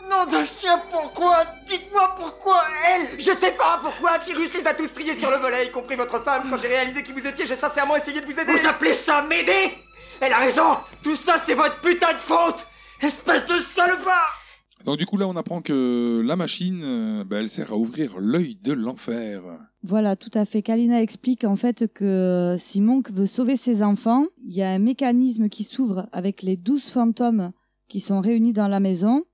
Nom de chien, pourquoi Dites-moi pourquoi elle Je sais pas pourquoi Cyrus les a tous triés sur le volet, y compris votre femme. Quand j'ai réalisé qui vous étiez, j'ai sincèrement essayé de vous aider. Vous appelez ça m'aider Elle a raison Tout ça, c'est votre putain de faute Espèce de salopard Donc du coup là on apprend que la machine, euh, bah, elle sert à ouvrir l'œil de l'enfer. Voilà, tout à fait. Kalina explique en fait que si Monk veut sauver ses enfants, il y a un mécanisme qui s'ouvre avec les douze fantômes qui sont réunis dans la maison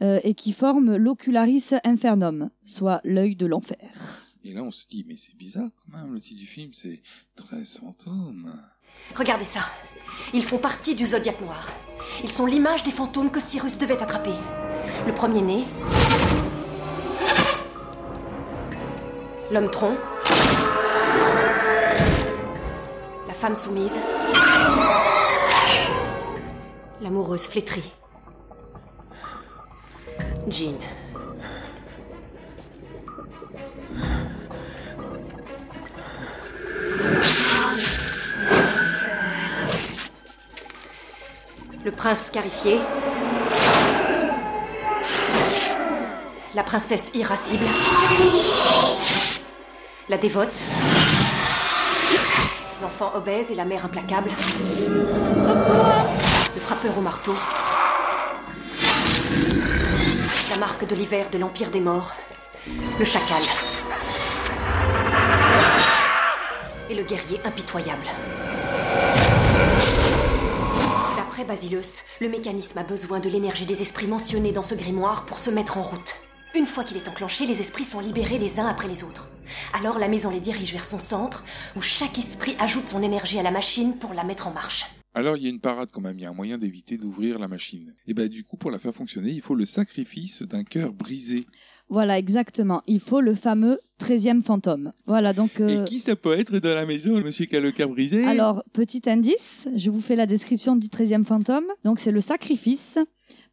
euh, et qui forment l'ocularis infernum, soit l'œil de l'enfer. Et là on se dit mais c'est bizarre quand même, le titre du film c'est 13 fantômes. Regardez ça. Ils font partie du Zodiac Noir. Ils sont l'image des fantômes que Cyrus devait attraper. Le premier-né. L'homme tronc. La femme soumise. L'amoureuse flétrie. Jean. Le prince scarifié. La princesse irascible. La dévote. L'enfant obèse et la mère implacable. Le frappeur au marteau. La marque de l'hiver de l'Empire des Morts. Le chacal. Et le guerrier impitoyable. D'après Basileus, le mécanisme a besoin de l'énergie des esprits mentionnés dans ce grimoire pour se mettre en route. Une fois qu'il est enclenché, les esprits sont libérés les uns après les autres. Alors la maison les dirige vers son centre, où chaque esprit ajoute son énergie à la machine pour la mettre en marche. Alors il y a une parade quand même, il y a un moyen d'éviter d'ouvrir la machine. Et ben du coup pour la faire fonctionner il faut le sacrifice d'un cœur brisé. Voilà, exactement. Il faut le fameux treizième fantôme. Voilà, donc... euh, Et qui ça peut être dans la maison, le monsieur qui a le cœur brisé Alors, petit indice, je vous fais la description du 13e fantôme. Donc, c'est le sacrifice.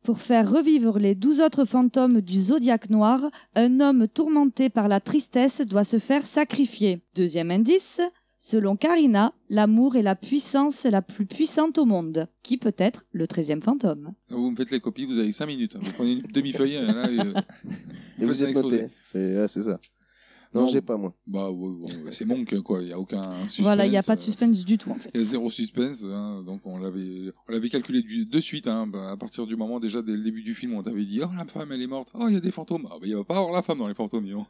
Pour faire revivre les douze autres fantômes du zodiaque noir, un homme tourmenté par la tristesse doit se faire sacrifier. Deuxième indice, selon Karina, l'amour est la puissance la plus puissante au monde, qui peut être le 13e fantôme. Vous me faites les copies, vous avez 5 minutes. hein. Vous prenez une demi-feuille euh, là et, euh, Et vous faites un êtes exposé. noté. C'est ah, c'est ça. Non, Non. j'ai pas, moi. Bah ouais, ouais, c'est Monk quoi, il n'y a aucun suspense. voilà, il n'y a pas de euh. suspense du tout en fait. Il y a zéro suspense, hein, donc on l'avait, on l'avait calculé du- de suite. Hein, bah, à partir du moment déjà dès le début du film, on t'avait dit oh la femme elle est morte, oh il y a des fantômes, ah bah il va pas avoir la femme dans les fantômes. dis donc.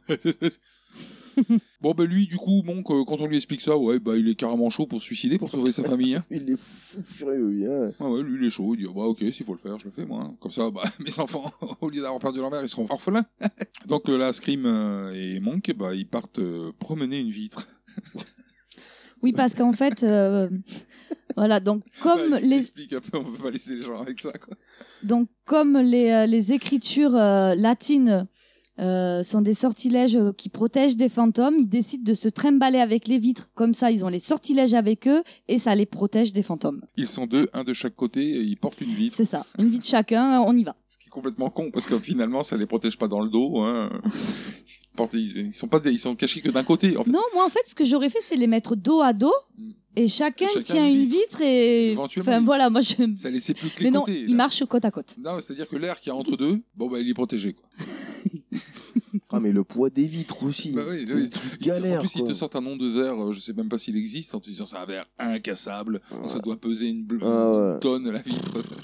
bon bah lui du coup bon que- quand on lui explique ça, ouais bah il est carrément chaud pour se suicider pour sauver sa famille. Hein. Il est fou furieux, lui. hein. Ah ouais lui il est chaud, il dit Ah bah ok s'il faut le faire je le fais moi. Comme ça bah mes enfants au lieu d'avoir perdu leur mère ils seront orphelins. donc euh, là Scream euh, et Monk bah ils partent euh, promener une vitre. Oui, parce qu'en fait, euh, Voilà, donc comme Ouais, tu les t'expliques Bah, un peu, on peut pas laisser les gens avec ça, quoi. Donc, comme les, euh, les écritures euh, latines euh, sont des sortilèges euh, qui protègent des fantômes, ils décident de se trimballer avec les vitres. Comme ça, ils ont les sortilèges avec eux et ça les protège des fantômes. Ils sont deux, un de chaque côté, et ils portent une vitre. C'est ça. Une vie de chacun, euh, on y va. Ce qui est complètement con, parce que finalement, ça les protège pas dans le dos. Hein. Ils, portent- ils ils sont pas, des- ils sont cachés que d'un côté. En fait. Non, moi, en fait, ce que j'aurais fait, c'est les mettre dos à dos et chacun, Mm. Chacun tient une une vitre et. Éventuellement, Enfin, il- voilà, moi, je. Ça laissait plus que les Mais non, côtés. ils là. marchent côte à côte. Non, c'est-à-dire que l'air qui est entre deux, bon bah il est protégé. Quoi. Ah, mais le poids des vitres aussi. Bah oui, C'est oui. une truc Il- galère. en plus, ils quoi. te sortent un nom de verre, euh, je sais même pas s'il existe, en te disant c'est un verre incassable, donc ça doit peser une, ble- Ah ouais. une tonne la vitre. ça.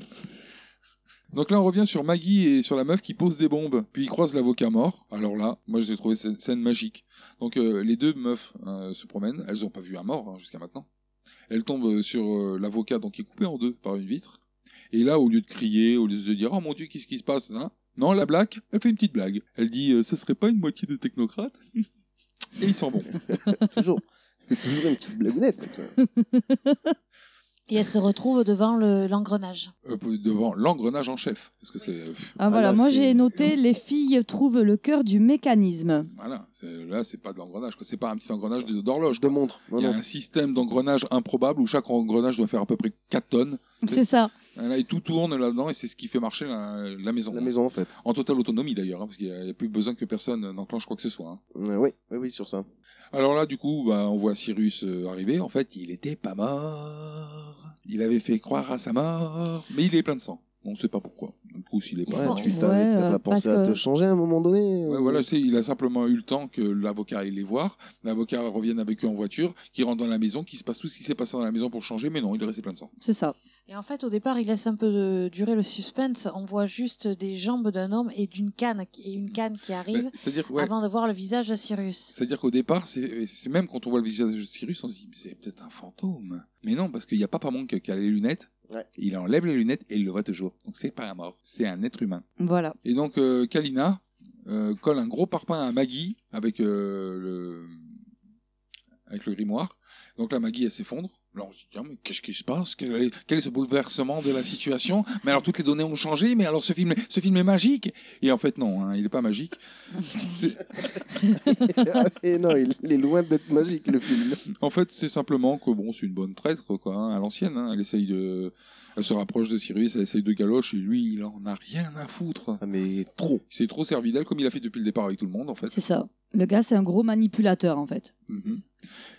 Donc là, on revient sur Maggie et sur la meuf qui pose des bombes, puis ils croisent l'avocat mort. Alors là, moi j'ai trouvé cette scène magique. Donc euh, les deux meufs euh, se promènent, elles ont pas vu un mort hein, jusqu'à maintenant. Elles tombent euh, sur euh, l'avocat, donc qui est coupé en deux par une vitre. Et là, au lieu de crier, au lieu de se dire Oh mon dieu, qu'est-ce qui se passe hein Non, la blague, elle fait une petite blague. Elle dit euh, Ce serait pas une moitié de technocrate Et ils sont bons. toujours. C'est toujours une petite blagounette. comme ça. Et elle se retrouve devant le- l'engrenage. Euh, devant l'engrenage en chef. Parce que c'est. euh, Ah, voilà, moi, j'ai noté les filles trouvent le cœur du mécanisme. Voilà, c'est- là, c'est pas de l'engrenage. quoi. C'est pas un petit engrenage de- d'horloge. De montre. Il y a un système d'engrenage improbable où chaque engrenage doit faire à peu près 4 tonnes. C'est ça. Là, et tout tourne là-dedans et c'est ce qui fait marcher la, la maison. La maison, en fait. En totale autonomie d'ailleurs, hein, parce qu'il n'y a, plus besoin que personne n'enclenche quoi que ce soit. hein. Euh, oui, oui, oui, sur ça. Alors là, du coup, bah, on voit Cyrus euh, arriver. En fait, il était pas mort. Il avait fait croire à sa mort, mais il est plein de sang. On sait pas pourquoi. Du coup, s'il est pas Ouais, mort. tu t'as t'as euh, pas pensé à te changer à un moment donné euh, Ouais, voilà, c'est, il a simplement eu le temps que l'avocat aille les voir, l'avocat revienne avec eux en voiture, qu'ils rentrent dans la maison, qu'il se passe tout ce qui s'est passé dans la maison pour changer, mais non, il est resté plein de sang. C'est ça. Et en fait, au départ, il laisse un peu de- durer le suspense. On voit juste des jambes d'un homme et d'une canne, qui- et une canne qui arrive Ben, c'est-à-dire, ouais. avant de voir le visage de Cyrus. C'est-à-dire qu'au départ, c'est, c'est même quand on voit le visage de Cyrus, on se dit, c'est peut-être un fantôme. Mais non, parce qu'il y a Papa Monk qui a les lunettes, il enlève les lunettes et il le voit toujours. Donc c'est pas un mort, c'est un être humain. Voilà. Et donc euh, Kalina euh, colle un gros parpaing à Maggie avec euh, le avec le grimoire. Donc là Maggie elle s'effondre. Là on se dit tiens mais qu'est-ce qui se passe quel est, quel est ce bouleversement de la situation Mais alors toutes les données ont changé. Mais alors ce film ce film est magique Et en fait non, hein, il est pas magique. C'est- Et Ah, non, il il est loin d'être magique le film. En fait, c'est simplement que bon, c'est une bonne traître quoi, hein, à l'ancienne. hein. Elle essaye de, elle se rapproche de Cyrus, elle essaye de galoche et lui, il en a rien à foutre. Ah, mais trop. Il s'est trop servi d'elle comme il a fait depuis le départ avec tout le monde en fait. C'est ça. Le gars, c'est un gros manipulateur, en fait. Mhm.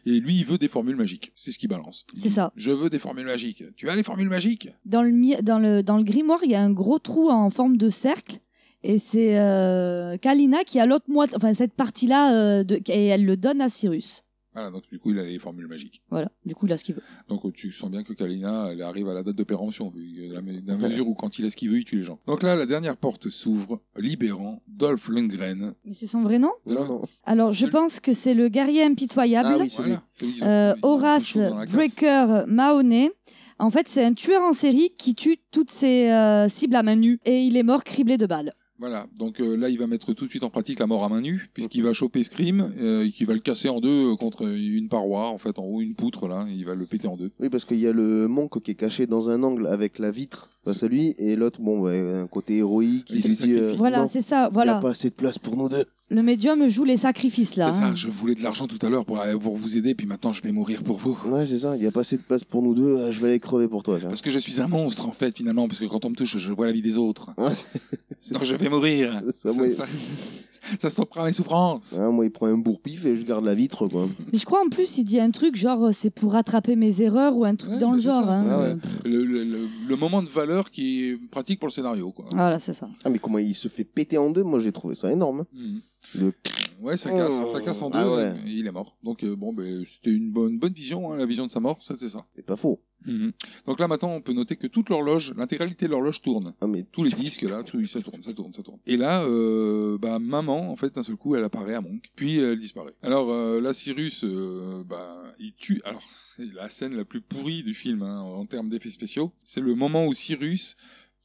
Et lui, il veut des formules magiques. C'est ce qu'il balance. Il C'est dit, ça. Je veux des formules magiques. Tu as les formules magiques Dans le, mi- dans, le, dans le grimoire, il y a un gros trou en forme de cercle. Et c'est euh, Kalina qui a l'autre moitié, enfin cette partie-là, euh, de- et elle le donne à Cyrus. Voilà, donc du coup, il a les formules magiques. Voilà, du coup, il a ce qu'il veut. Donc euh, tu sens bien que Kalina, elle arrive à la date de péremption, vu que la, me- la mesure où quand il a ce qu'il veut, il tue les gens. Donc là, la dernière porte s'ouvre, libérant Dolph Lundgren. Mais c'est son vrai nom Non, non. Alors, je pense que c'est le guerrier impitoyable. Ah oui, c'est lui. Voilà, celui qu'ils ont- Euh, Horace ils ont dans la classe. Breaker Mahoney. En fait, c'est un tueur en série qui tue toutes ses euh, cibles à main nue. Et il est mort criblé de balles. Voilà, donc euh, là, il va mettre tout de suite en pratique la mort à main nue, puisqu'il va choper Scream, euh, et qu'il va le casser en deux euh, contre une paroi, en fait, en haut, une poutre, là, et il va le péter en deux. Oui, parce qu'il y a le monk qui est caché dans un angle avec la vitre face à lui, et l'autre, bon, ouais, un côté héroïque, il se lui dit. euh, Voilà, non, c'est ça, Il n'y voilà. a pas assez de place pour nous deux. Le médium joue les sacrifices là. C'est hein. ça, je voulais de l'argent tout à l'heure pour, euh, pour vous aider, puis maintenant je vais mourir pour vous. Ouais, c'est ça, il n'y a pas assez de place pour nous deux, euh, je vais aller crever pour toi. tiens. Parce que je suis un monstre en fait, finalement, parce que quand on me touche, je vois la vie des autres. Donc je vais mourir. Ça, Ça, moi, ça- ça stoppera mes souffrances. Ah, moi, il prend un bourre-pif et je garde la vitre, quoi. Mais je crois en plus, il dit un truc genre euh, c'est pour rattraper mes erreurs ou un truc dans le genre. hein. Ah, Ça, c'est le, le- le- le moment de valeur qui est pratique pour le scénario. Quoi. Voilà, c'est ça. Ah, mais comment il se fait péter en deux, moi j'ai trouvé ça énorme. hein. Mhm. Le- Ouais, ça casse, Oh. ça casse en deux, Ah ouais. et il est mort. Donc euh, bon, ben, c'était une bonne, bonne vision, hein, la vision de sa mort, c'était ça. C'est pas faux. Mhm. Donc là maintenant, on peut noter que toute l'horloge, l'intégralité de l'horloge tourne. Ah, Tous les disques là, tout, ça tourne, ça tourne, ça tourne. Et là, euh, bah, maman, en fait, d'un seul coup, elle apparaît à Monk, puis elle disparaît. Alors euh, là, Cyrus, euh, bah, il tue. Alors c'est la scène la plus pourrie du film hein, en termes d'effets spéciaux, c'est le moment où Cyrus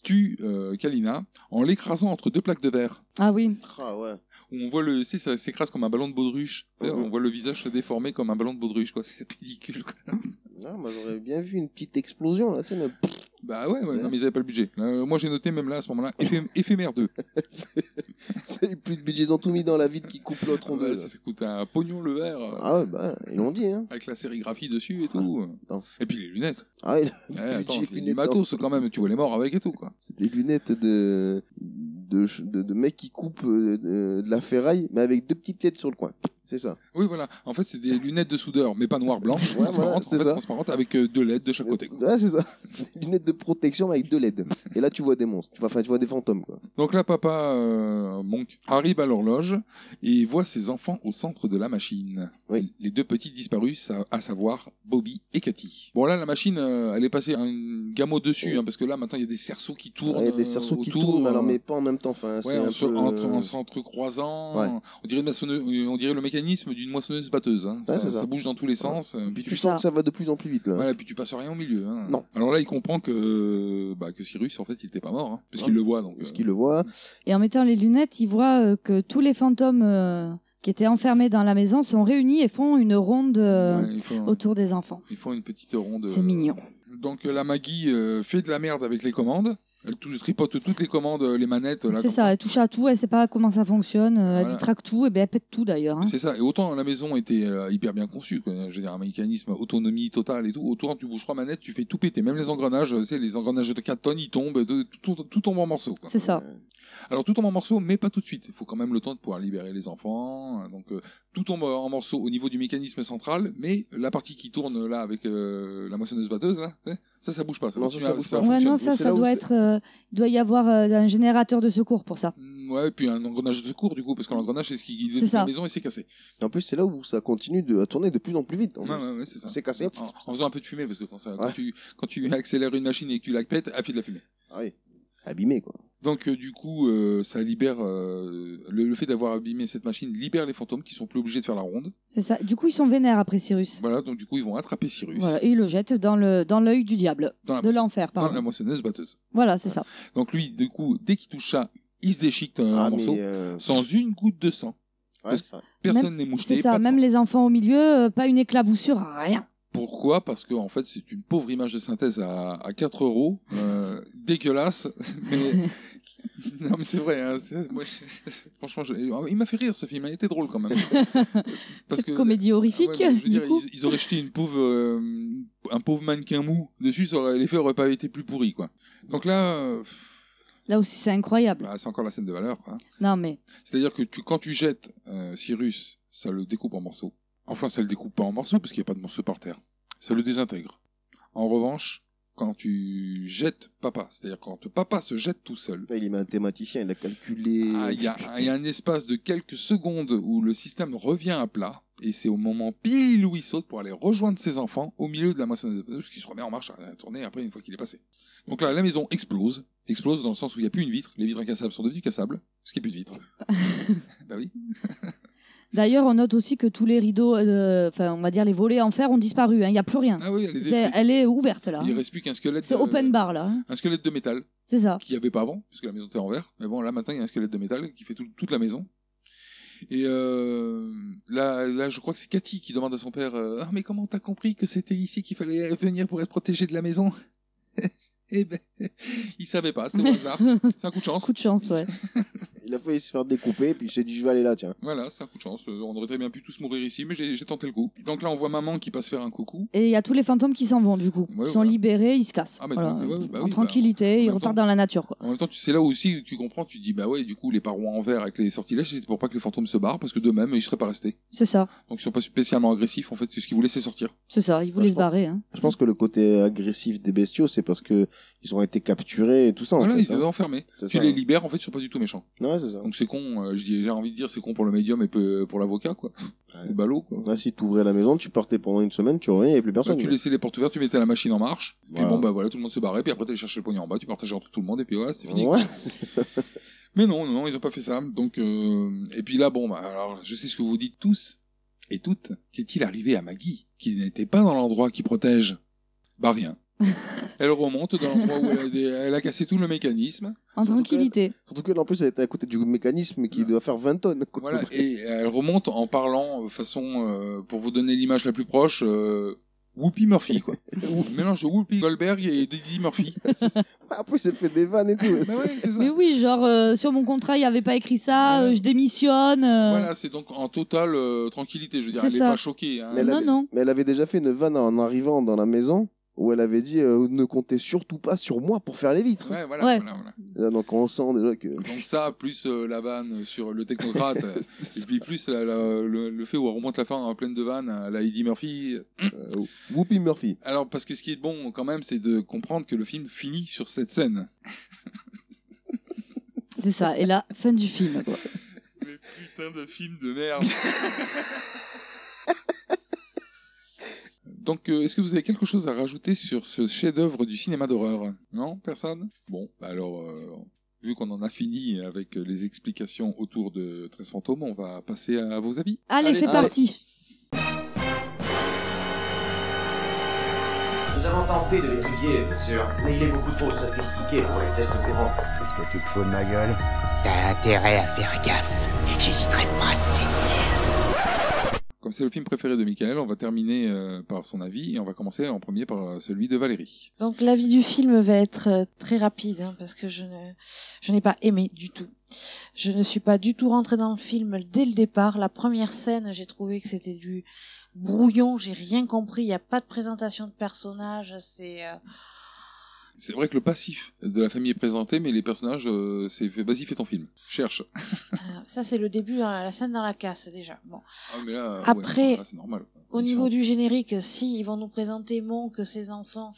tue euh, Kalina en l'écrasant entre deux plaques de verre. Ah oui. Ah ouais. Où on voit le, c'est ça s'écrase comme un ballon de baudruche. C'est-à-dire, On voit le visage se déformer comme un ballon de baudruche, quoi. C'est ridicule. Quoi. Non, Ah, moi j'aurais bien vu une petite explosion là, tu sais. là, pff, Bah ouais, ouais, non, mais ils avaient pas le budget. Euh, moi j'ai noté même là à ce moment-là, éphémère- éphémère 2. ça y est, plus de budget, ils ont tout mis dans la vide qui coupe l'autre en Ouais, deux. ça, là. ça coûte un pognon le verre, euh, Ah ouais, bah, ils l'ont dit, hein. avec la sérigraphie dessus et Ah, tout. non. et puis les lunettes. Ah, il- Eh, attends, budget les lunettes, matos quand même, tu vois les morts avec et tout quoi. c'est des lunettes de, de, ch- de, de mec qui coupe euh, de, de la ferraille, mais avec deux petites têtes sur le coin. C'est ça. Oui voilà, en fait c'est des lunettes de soudeur, mais pas noires blanches, Ouais, voilà, transparentes, en c'est fait, ça. transparentes avec euh, deux LED de chaque côté. quoi. Ouais, Ah, c'est ça. C'est des lunettes de protection mais avec deux LED. Et là, tu vois des monstres. Tu vois, enfin, tu vois des fantômes, quoi. Donc là, papa euh, Monk arrive à l'horloge et voit ses enfants au centre de la machine. Oui. Les deux petits disparus, sa- à savoir Bobby et Cathy. Bon là, la machine, euh, elle est passée un gamin dessus, hein, parce que là, maintenant, il y a des cerceaux qui tournent. Ouais, des euh, cerceaux qui autour, tournent, euh, alors, mais pas en même temps. Enfin, ouais, c'est un en, se, peu. euh, entre- en s'entrecroisant. Ouais. On, dirait une maçonneuse- euh, on dirait le mécanisme d'une moissonneuse-batteuse. hein. Ouais, ça, c'est ça. ça bouge dans tous les sens. euh, Puis puis tu sens que ça va de plus en plus vite, là. voilà, puis tu passes rien au milieu. hein. Non. Alors là, il comprend que, bah, que Cyrus, en fait, il n'était pas mort, hein, parce qu'il le voit. Donc, Parce euh, qu'il le voit. Et en mettant les lunettes, il voit euh, que tous les fantômes euh, qui étaient enfermés dans la maison sont réunis et font une ronde euh, ouais, il faut- autour des enfants. Ils font une petite ronde. euh, C'est mignon. Donc euh, la Maggie euh, fait de la merde avec les commandes. Elle tou- tripote toutes les commandes, euh, les manettes. euh, là, C'est comme ça, elle touche à tout, elle sait pas comment ça fonctionne, euh, elle Voilà. détraque tout, et ben elle pète tout d'ailleurs. hein. C'est ça. Et autant la maison était euh, hyper bien conçue, quoi. je veux dire, un mécanisme à autonomie totale et tout. Autant tu bouges trois manettes, tu fais tout péter. Même les engrenages, euh, tu sais, les engrenages de 4 tonnes, ils tombent, de- tout, tout tombe en morceaux. quoi. C'est ça. Alors tout tombe en morceaux, mais pas tout de suite. Il faut quand même le temps de pouvoir libérer les enfants. Donc euh, tout tombe en morceaux au niveau du mécanisme central, mais la partie qui tourne là avec euh, la moissonneuse batteuse, là, hein, ça, ça bouge pas. Ça Non, ça, continue ça à- bouge pas. Ouais, fonctionne. non, Mais ça, c'est ça là où doit c'est- être. euh, il doit y avoir euh, un générateur de secours pour ça. Mm, Ouais, et puis un engrenage de secours, du coup, parce que l'engrenage, c'est ce qui guidait C'est toute la ça. maison et c'est cassé. Et en plus, c'est là où ça continue de, à tourner de plus en plus vite. en Ouais, plus. ouais, ouais, c'est ça. C'est cassé. En, en faisant un peu de fumée, parce que quand, ça, quand, Ouais. tu, quand tu accélères une machine et que tu la pètes, elle fait de la fumée. Ah oui. Abîmé, quoi. Donc, euh, du coup, euh, ça libère. euh, le, le fait d'avoir abîmé cette machine libère les fantômes qui sont plus obligés de faire la ronde. C'est ça. Du coup, ils sont vénères après Cyrus. Voilà, donc du coup, ils vont attraper Cyrus Voilà, et ils le jettent dans le dans l'œil du diable, dans, la, de l'enfer, Ah, dans pardon. la moissonneuse batteuse. Voilà, c'est ça. Donc, lui, du coup, dès qu'il touche ça, il se déchique en Ah, morceaux, mais. euh, sans une goutte de sang. ouais, c'est ça. Personne n'est moucheté. C'est pas ça. de Même sang. les enfants au milieu, euh, pas une éclaboussure, rien. Pourquoi Parce que en fait, c'est une pauvre image de synthèse à, à 4 euros, euh, dégueulasse. Mais non, mais c'est vrai. hein, c'est- moi, je- franchement, je- il m'a fait rire ce film. Il était drôle quand même. Cette comédie horrifique, Ah ouais, mais je du veux dire, coup. Ils, ils auraient jeté une pauvre, euh, un pauvre mannequin mou dessus. Ça aurait, l'effet aurait pas été plus pourri, quoi. Donc là, euh, Là aussi, c'est incroyable. bah, c'est encore la scène de valeur. quoi. Non, mais C'est-à-dire que tu, quand tu jettes euh, Cyrus, ça le découpe en morceaux. Enfin, ça le découpe pas en morceaux parce qu'il n'y a pas de morceaux par terre. Ça le désintègre. En revanche, quand tu jettes papa, c'est-à-dire quand papa se jette tout seul, Putain, Il est mathématicien, il a calculé. ah, il y, a il y a un espace de quelques secondes où le système revient à plat et c'est au moment pile où il saute pour aller rejoindre ses enfants au milieu de la moissonneuse parce qui se remet en marche à la tournée après une fois qu'il est passé. Donc là, la maison explose, explose dans le sens où il n'y a plus une vitre. Les vitres incassables sont devenues cassables, parce qu'il n'y a plus de vitres. bah oui. d'ailleurs, on note aussi que tous les rideaux, euh, enfin, on va dire les volets en fer ont disparu. hein, Il n'y a plus rien. Ah oui, elle est C'est- détruite. elle est ouverte là. Il reste plus qu'un squelette. C'est euh, open bar là. hein. Un squelette de métal C'est ça. qu'il n'y avait pas avant, parce que la maison était en verre. Mais bon, là maintenant, il y a un squelette de métal qui fait tout- toute la maison. Et euh, là, là, je crois que c'est Cathy qui demande à son père euh, Ah, mais comment t'as compris que c'était ici qu'il fallait venir pour être protégé de la maison Eh ben, il savait pas, c'est au hasard. C'est un coup de chance. Coup de chance, ouais. Il a failli se faire découper, puis il s'est dit je vais aller là, tiens. Voilà, c'est un coup de chance. Euh, On aurait très bien pu tous mourir ici, mais j'ai j'ai tenté le coup. Donc là, on voit maman qui passe faire un coucou. Et il y a tous les fantômes qui s'en vont du coup. Ouais, ils sont voilà. libérés, ils se cassent. Ah, mais Voilà. tranquille, ouais, bah en oui, bah, tranquillité, ils même repartent temps- dans la nature. Quoi. En même temps, tu- c'est là aussi que tu comprends, tu te dis, bah ouais, du coup, les parois en verre avec les sortilèges, c'était pour pas que les fantômes se barrent, parce que d'eux-mêmes, ils seraient pas restés. C'est ça, Donc ils sont pas spécialement agressifs, en fait, c'est ce qu'ils voulaient, c'est sortir. c'est ça. Ils voulaient se Franchement. barrer. hein. Je pense que le côté agressif des bestiaux, c'est parce que ils ont été capturés et tout ça. en voilà, fait, ils hein. étaient enfermés. C'est Tu ça. les libères, en fait, ils sont pas du tout méchants. Ouais, c'est ça. Donc c'est con, euh, je dis- j'ai envie de dire, c'est con pour le médium et peu- pour l'avocat, quoi. C'est ballot, quoi. Là, si t'ouvrais la maison, tu partais pendant une semaine, tu revenais, il n'y avait plus Bah, personne. tu laissais les portes ouvertes, tu mettais la machine en marche, puis Voilà. bon, bah voilà, tout le monde se barrait, puis après, t'allais chercher le pognon en bas, tu partageais entre tout le monde, et puis voilà, c'était fini. quoi. Ouais. Mais non, non, non, ils ont pas fait ça. Donc, euh, et puis là, bon, bah, alors, je sais ce que vous dites tous et toutes. Qu'est-il arrivé à Maggie, qui n'était pas dans l'endroit qui protège Bah rien. elle remonte dans l'endroit où elle a, des- elle a cassé tout le mécanisme. En Surtout tranquillité. Surtout que là, en plus, elle était à côté du mécanisme qui doit faire 20 tonnes. quoi. Voilà, et elle remonte en parlant euh, façon, euh, pour vous donner l'image la plus proche, euh, Whoopi Murphy, quoi. Un mélange de Whoopi Goldberg et Didi Murphy. En plus, elle fait des vannes et tout. Mais oui, genre, euh, sur mon contrat, il n'y avait pas écrit ça, euh, je démissionne. euh. Voilà, c'est donc en totale euh, tranquillité, je veux dire. C'est Elle n'est ça. pas choquée. Hein. Mais elle avait- Mais elle avait déjà fait une vanne en arrivant dans la maison où elle avait dit euh, ne comptez surtout pas sur moi pour faire les vitres. Ouais, voilà, voilà, voilà. Là, donc on sent déjà que. Donc ça, plus euh, la vanne sur le technocrate, euh, et puis plus la- la- le, le fait où on remonte la fin en pleine de vanne à la Eddie Murphy. euh, Whoopi Murphy. Alors, parce que ce qui est bon quand même, c'est de comprendre que le film finit sur cette scène. C'est ça. Et là, fin du film. quoi. Putain de film de merde. Donc, euh, est-ce que vous avez quelque chose à rajouter sur ce chef-d'œuvre du cinéma d'horreur Non Personne Bon, bah alors, euh, vu qu'on en a fini avec euh, les explications autour de 13 fantômes, on va passer à vos avis. Allez, c'est parti. Nous avons tenté de l'étudier, bien sûr, mais il est beaucoup trop sophistiqué pour les tests courants. Qu'est-ce que tu te fous de ma gueule T'as intérêt à faire gaffe. J'hésiterai pas de Comme c'est le film préféré de Michael, on va terminer euh, par son avis et on va commencer en premier par euh, celui de Valérie. Donc l'avis du film va être euh, très rapide hein, parce que je ne je n'ai pas aimé du tout. Je ne suis pas du tout rentrée dans le film dès le départ. La première scène, j'ai trouvé que c'était du brouillon. J'ai rien compris. Il n'y a pas de présentation de personnages. C'est euh, C'est vrai que le passif de la famille est présenté, mais les personnages, euh, c'est fait- vas-y, fais ton film. Cherche. euh, ça, c'est le début dans la, la scène dans la casse déjà. Bon. Ah, mais là, ouais, Après, là, c'est normal. au niveau du générique, si ils vont nous présenter Monk, ses enfants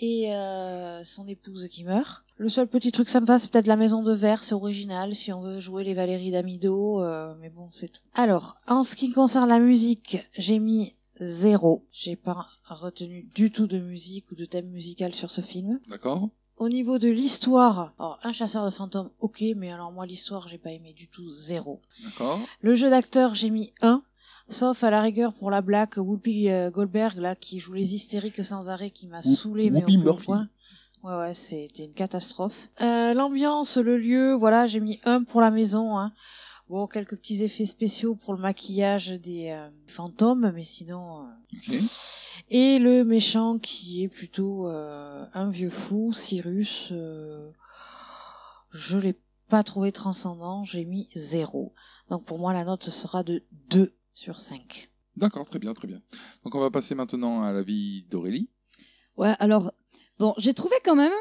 et euh, son épouse qui meurt. Le seul petit truc sympa, c'est peut-être la maison de verre, c'est original si on veut jouer les Valérie d'Amido, euh, mais bon, c'est tout. Alors, en ce qui concerne la musique, j'ai mis zéro. J'ai pas retenu du tout de musique ou de thème musical sur ce film. D'accord Au niveau de l'histoire, alors, un chasseur de fantômes, ok, mais alors moi l'histoire, j'ai pas aimé du tout, zéro. D'accord Le jeu d'acteur, j'ai mis 1, sauf à la rigueur pour la blague Whoopi euh, Goldberg, là, qui joue les hystériques sans arrêt, qui m'a Whoo- saoulé, mais Whoopi au plus haut Murphy. point. Ouais, ouais, c'était une catastrophe. Euh, L'ambiance, le lieu, voilà, j'ai mis 1 pour la maison. Hein. Bon, quelques petits effets spéciaux pour le maquillage des euh, fantômes, mais sinon... euh, et le méchant qui est plutôt euh, un vieux fou, Cyrus, euh, je l'ai pas trouvé transcendant, j'ai mis 0. Donc pour moi la note sera de 2 sur 5. D'accord, très bien, très bien. Donc on va passer maintenant à l'avis d'Aurélie. Ouais, alors, bon, j'ai trouvé quand même,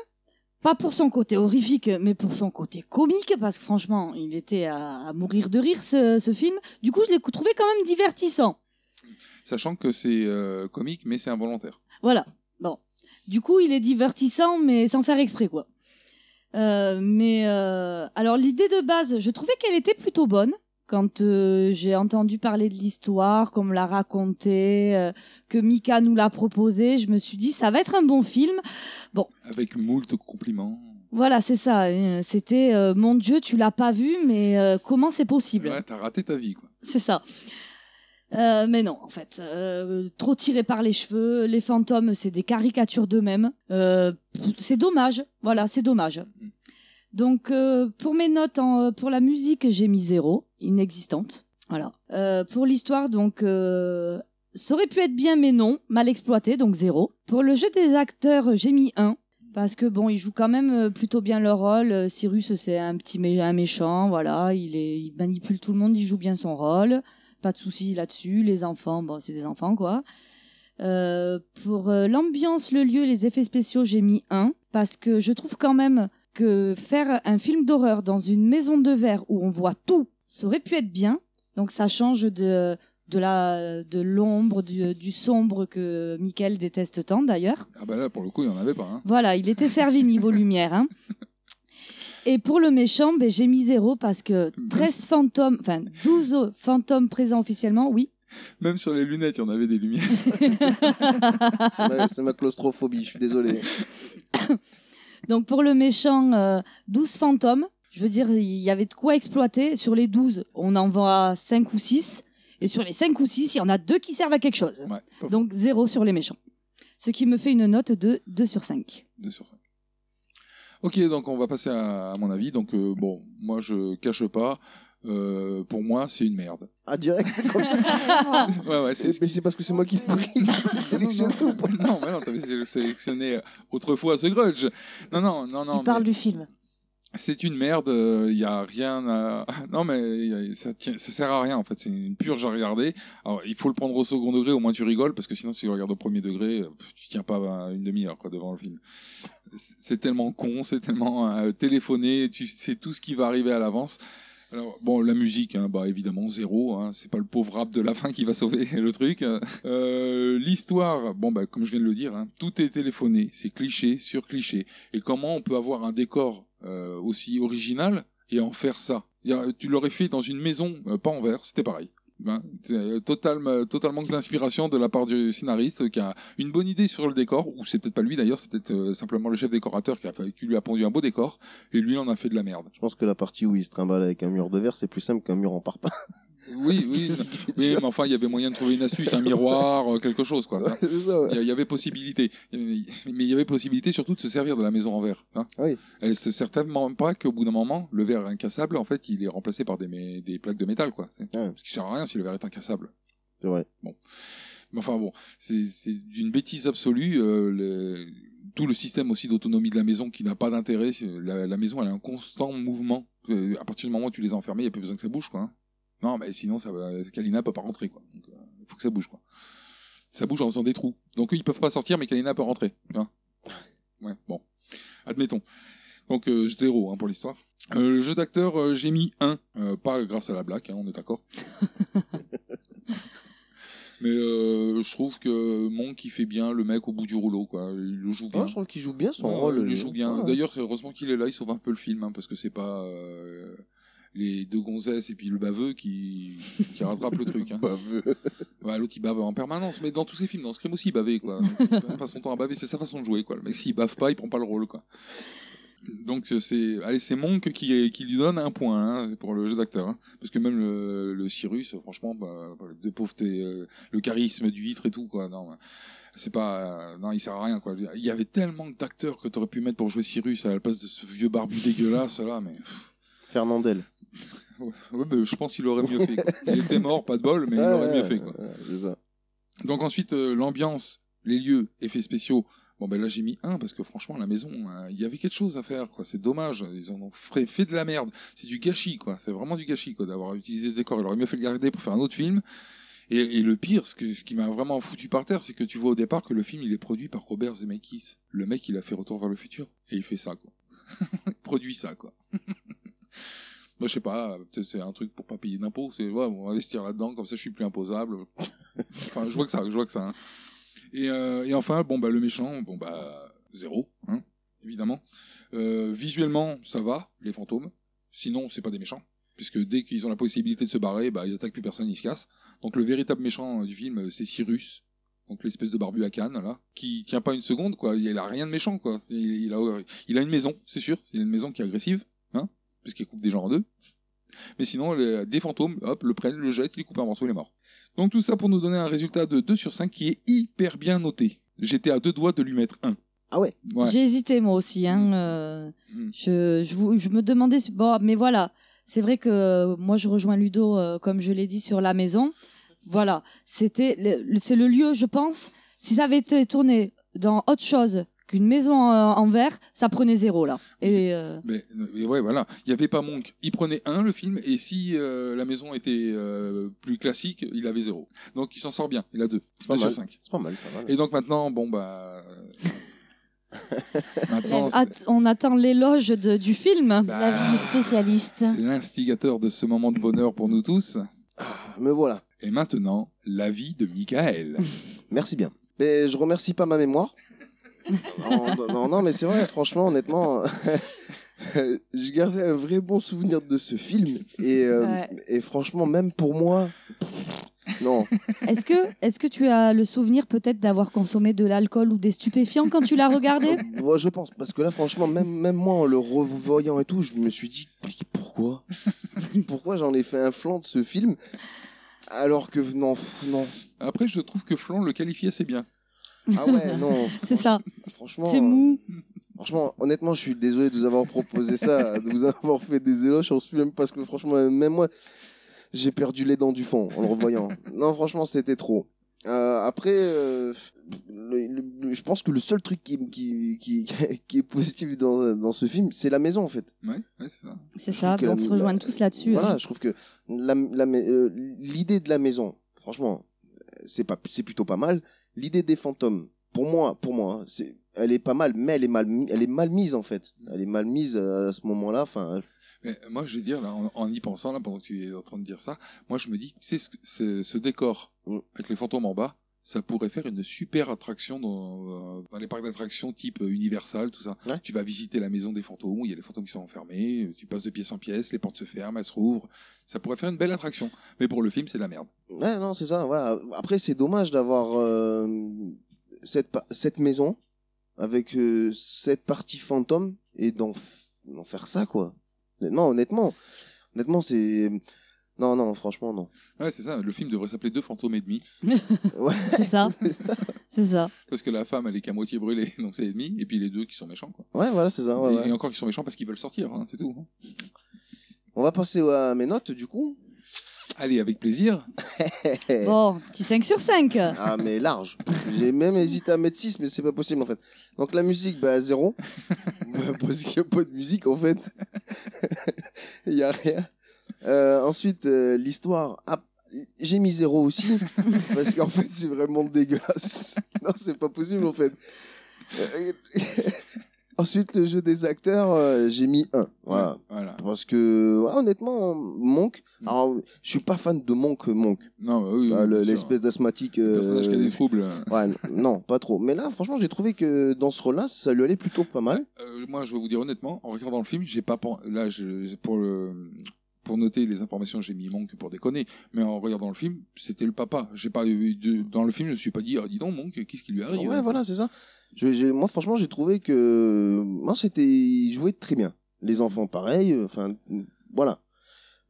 pas pour son côté horrifique, mais pour son côté comique, parce que franchement, il était à, à mourir de rire ce, ce film. Du coup, je l'ai trouvé quand même divertissant. Sachant que c'est euh, comique, mais c'est involontaire. Voilà. Bon. Du coup, il est divertissant, mais sans faire exprès, quoi. Euh, mais euh, alors l'idée de base, je trouvais qu'elle était plutôt bonne quand euh, j'ai entendu parler de l'histoire, qu'on me l'a racontée, euh, que Mika nous l'a proposée. Je me suis dit ça va être un bon film. Bon, Avec moult compliments. voilà, c'est ça. euh, C'était euh, mon Dieu, tu l'as pas vu, mais euh, comment c'est possible Ouais, t'as raté ta vie, quoi. c'est ça. Euh, mais non, en fait, euh, trop tiré par les cheveux, les fantômes, c'est des caricatures d'eux-mêmes. Euh, pff, c'est dommage, voilà, c'est dommage. Donc, euh, pour mes notes, en, euh, pour la musique, j'ai mis zéro, inexistante. Voilà. Euh, pour l'histoire, donc, euh, ça aurait pu être bien, mais non, mal exploité, donc zéro. Pour le jeu des acteurs, j'ai mis un. Parce que bon, ils jouent quand même euh, plutôt bien leur rôle. Euh, Cyrus, c'est un petit mé- un méchant, voilà. Il, est, il manipule tout le monde, il joue bien son rôle. Pas de souci là-dessus. Les enfants, bon, c'est des enfants, quoi. Euh, pour euh, l'ambiance, le lieu, les effets spéciaux, j'ai mis 1. Parce que je trouve quand même que faire un film d'horreur dans une maison de verre où on voit tout, ça aurait pu être bien. Donc ça change de, de la de l'ombre, du, du sombre que Michael déteste tant d'ailleurs. Ah bah là, pour le coup, il n'y en avait pas. Hein. Voilà, il était servi niveau lumière. hein. Et pour le méchant, ben, j'ai mis zéro parce que 13 fantômes, enfin 12 fantômes présents officiellement, oui. Même sur les lunettes, il y en avait des lumières. Ouais, c'est ma claustrophobie, je suis désolé. Donc pour le méchant, euh, 12 fantômes. Je veux dire, il y avait de quoi exploiter. Sur les 12, on en voit 5 ou 6. Et sur les 5 ou 6, il y en a deux qui servent à quelque chose. Donc zéro sur les méchants. Ce qui me fait une note de 2 sur 5. 2 sur 5. Ok, donc on va passer à, à mon avis. Donc euh, bon, moi je cache pas, euh, pour moi, c'est une merde. Ah, direct, comme ça. Ah. ouais, ouais, Mais c'est parce que c'est moi qui l'ai pris. sélectionné ou pas Non, mais non, t'avais sé- sélectionné autrefois ce grudge. Non, non, non, non. Il parle du film. C'est une merde, il y a rien à... Non mais y a- ça, tient- ça sert à rien en fait, c'est une purge à regarder. Alors il faut le prendre au second degré, au moins tu rigoles, parce que sinon si tu le regardes au premier degré, euh, pff, tu tiens pas euh, une demi-heure quoi devant le film. C'est- C'est tellement con, c'est tellement euh, téléphoné, tu sais tout ce qui va arriver à l'avance. Alors bon, la musique, hein, bah évidemment zéro, hein, c'est pas le pauvre rap de la fin qui va sauver le truc. Euh, L'histoire, bon bah comme je viens de le dire, hein, tout est téléphoné, c'est cliché sur cliché. Et comment on peut avoir un décor euh, aussi original et en faire ça C'est-à-dire, Tu l'aurais fait dans une maison, euh, pas en verre, c'était pareil. Ben, c'est, euh, total, euh, total manque d'inspiration de la part du scénariste euh, qui a une bonne idée sur le décor, ou c'est peut-être pas lui d'ailleurs, c'est peut-être euh, simplement le chef décorateur qui, a, qui lui a pondu un beau décor, et lui en a fait de la merde. Je pense que la partie où il se trimballe avec un mur de verre, c'est plus simple qu'un mur en parpaing. Oui, oui, non. oui, mais enfin, il y avait moyen de trouver une astuce, un miroir, euh, quelque chose, quoi. Hein. Il y a- il y avait possibilité. Il y avait- Mais il y avait possibilité surtout de se servir de la maison en verre. Hein. Et c'est certainement pas qu'au bout d'un moment, le verre incassable, en fait, il est remplacé par des, mé- des plaques de métal, quoi. C'est- Parce qu'il sert à rien si le verre est incassable. C'est vrai. Bon. Mais enfin bon, c'est c'est d'une bêtise absolue. euh, le- tout le système aussi d'autonomie de la maison qui n'a pas d'intérêt. c'est- La, la maison, elle est en constant mouvement. Euh, à partir du moment où tu les as enfermés, il n'y a plus besoin que ça bouge, quoi. hein. Non, mais sinon, ça, va- Kalina peut pas rentrer, quoi. Donc, euh, il faut que ça bouge, quoi. Ça bouge en faisant des trous. Donc, eux, ils peuvent pas sortir, mais Kalina peut rentrer. tu vois. ouais, bon. Admettons. Donc, euh, zéro hein, pour l'histoire. Euh, le jeu d'acteur, euh, j'ai mis 1. pas grâce à la blague, hein, on est d'accord. Mais euh, je trouve que Monk il fait bien le mec au bout du rouleau quoi. Il le joue bien. je trouve qu'il joue bien son Ouais, rôle. hein. Il le joue bien. Ouais, ouais. D'ailleurs heureusement qu'il est là, il sauve un peu le film hein, parce que c'est pas euh, les deux gonzesses et puis le baveux qui, qui rattrape le truc. Hein. baveux. Ouais, l'autre il bave en permanence, mais dans tous ses films, dans Scream aussi il bavait quoi. Il passe son temps à baver, c'est sa façon de jouer quoi. Le mec s'il bave pas, il prend pas le rôle quoi. Donc euh, c'est allez c'est Monk qui, est- qui lui donne un point hein, pour le jeu d'acteur hein. parce que même le, le Cyrus franchement bah, bah, de pauvreté euh, le charisme du vitre et tout quoi non bah, c'est pas euh, non il sert à rien quoi il y avait tellement d'acteurs que t'aurais pu mettre pour jouer Cyrus à la place de ce vieux barbu dégueulasse là mais Fernandel. Ouais, ouais, mais je pense qu'il aurait mieux fait. quoi. Il était mort, pas de bol, mais il Ouais, aurait mieux ouais, fait. Quoi. ouais, c'est ça. Donc ensuite, euh, l'ambiance, les lieux, effets spéciaux. Bon ben là j'ai mis un parce que franchement la maison, euh, il y avait quelque chose à faire quoi. C'est dommage, ils en ont fait, fait de la merde. C'est du gâchis quoi. C'est vraiment du gâchis quoi d'avoir utilisé ce décor. Il aurait mieux fait le garder pour faire un autre film. Et, et le pire, ce, que- ce qui m'a vraiment foutu par terre, c'est que tu vois au départ que le film il est produit par Robert Zemeckis. Le mec il a fait Retour vers le futur et il fait ça quoi. il produit ça quoi. Moi, je sais pas, peut-être c'est un truc pour pas payer d'impôts. C'est, ouais, on va investir là-dedans, comme ça je suis plus imposable. enfin, je vois que ça, je vois que ça. hein. Et, euh, et enfin, bon, bah, le méchant, bon, bah, zéro, hein, évidemment. Euh, visuellement, ça va, les fantômes. Sinon, c'est pas des méchants. Puisque dès qu'ils ont la possibilité de se barrer, bah, ils attaquent plus personne, ils se cassent. Donc, le véritable méchant euh, du film, euh, c'est Cyrus, donc l'espèce de barbu à canne là, qui tient pas une seconde quoi, il a rien de méchant quoi. Il, il a, euh, il a une maison, c'est sûr, il a une maison qui est agressive, hein, puisqu'il coupe des gens en deux. Mais sinon, les- des fantômes, hop, le prennent, le jettent, il coupe un morceau, il est mort. Donc tout ça pour nous donner un résultat de 2 sur 5 qui est hyper bien noté. J'étais à deux doigts de lui mettre 1. Ah ouais, J'ai hésité moi aussi. Hein, euh, je, je, vous- je me demandais. si- Bon, mais voilà, c'est vrai que euh, moi je rejoins Ludo, euh, comme je l'ai dit, sur la maison. Voilà, c'était, le- le- c'est le lieu, je pense. Si ça avait été tourné dans autre chose qu'une maison euh, en, en verre, ça prenait zéro là. Et euh, Mais, mais ouais, voilà. Il n'y avait pas Monk. Il prenait 1 le film, et si euh, la maison était euh, plus classique, il avait 0. Donc il s'en sort bien, il a 2. pas 2 sur mal. 5. C'est pas mal, pas mal. Et donc maintenant, bon bah. euh, maintenant, at- c'est on attend l'éloge de- du film. L'avis du spécialiste. l'instigateur de ce moment de bonheur pour nous tous. Me voilà. Et maintenant, l'avis de Michael. Merci bien. Mais je remercie pas ma mémoire. non, non, non, non, mais c'est vrai, franchement, honnêtement, je gardais un vrai bon souvenir de ce film. Et, euh, Ouais. et franchement, même pour moi, non. Est-ce que, est-ce que tu as le souvenir peut-être d'avoir consommé de l'alcool ou des stupéfiants quand tu l'as regardé Moi, je pense, parce que là, franchement, même, même moi, en le revoyant et tout, je me suis dit, mais pourquoi Pourquoi j'en ai fait un flanc de ce film alors que non, pff, non. Après, je trouve que Flan le qualifie assez bien. Ah ouais, non. C'est ça. Franchement. euh, C'est mou. Franchement, honnêtement, je suis désolé de vous avoir proposé ça, de vous avoir fait des éloges sur ce film, parce que franchement, même moi, j'ai perdu les dents du fond en le revoyant. Non, franchement, c'était trop. Euh, après, euh, le- le- le- je pense que le seul truc qui, qui, qui, qui est positif dans, dans ce film, c'est la maison en fait. Ouais, ouais c'est ça. C'est Je trouve ça, que on la- se rejoint tous là-dessus. Voilà, hein. je trouve que la- la mai- euh, l'idée de la maison, franchement, euh, c'est pas, c'est plutôt pas mal. L'idée des fantômes, pour moi, pour moi, hein, c'est, elle est pas mal, mais elle est mal, mi- elle est mal mise en fait. Elle est mal mise euh, à ce moment-là. Enfin, Mais moi, je vais dire, là, en, en y pensant, là, pendant que tu es en train de dire ça, moi, je me dis, c'est ce, c'est ce décor euh, avec les fantômes en bas, ça pourrait faire une super attraction dans, dans les parcs d'attractions type euh, Universal, tout ça. Tu vas visiter la maison des fantômes, il y a les fantômes qui sont enfermés, euh, tu passes de pièce en pièce, les portes se ferment, elles se rouvrent. Ça pourrait faire une belle attraction. Mais pour le film, c'est de la merde. Ouais, non, c'est ça. Voilà. Après, c'est dommage d'avoir euh, cette, pa- cette maison avec euh, cette partie fantôme et d'en f- d'en faire ça, quoi. Non, honnêtement, honnêtement, c'est. Non, non, franchement, non. Ouais, c'est ça. Le film devrait s'appeler Deux fantômes et demi. C'est ça. C'est ça. Parce que la femme, elle est qu'à moitié brûlée, donc c'est et demi. Et puis les deux qui sont méchants, quoi. Ouais, voilà, c'est ça. Ah ouais, et, ouais. et encore qui sont méchants parce qu'ils veulent sortir, hein, c'est tout. hein. On va passer à mes notes, du coup. Eh, Allez, avec plaisir. Bon, petit 5 sur 5. Ah, mais large. J'ai même hésité à mettre 6, mais c'est pas possible en fait. Donc la musique, bah, zéro. Bah, parce qu'il n'y a pas de musique en fait. Il n'y a rien. Euh, ensuite, euh, l'histoire. ah, j'ai mis zéro aussi. parce qu'en fait, c'est vraiment dégueulasse. Non, c'est pas possible en fait. Euh, ensuite, le jeu des acteurs, euh, j'ai mis 1. Voilà. Voilà. Parce que, ouais, honnêtement, Monk. Alors, je suis pas fan de Monk, Monk. Non, oui, Bah, le- bien sûr. l'espèce d'asthmatique. euh, Le personnage qui a des troubles. Ouais, n- non, pas trop. Mais là, franchement, j'ai trouvé que dans ce rôle-là, ça lui allait plutôt pas mal. Euh, moi, je vais vous dire honnêtement, en regardant le film, j'ai pas pen- là je- j'ai- pour le pour noter les informations, j'ai mis Monk pour déconner, mais en regardant le film, c'était le papa. J'ai pas eu de- dans le film, je me suis pas dit ah dis donc Monk, qu'est-ce qui lui arrive ouais, voilà, c'est ça. Je- j'ai- moi, franchement, j'ai trouvé que. Moi, c'était. Il jouait très bien. Les enfants, pareil. euh, Enfin, voilà.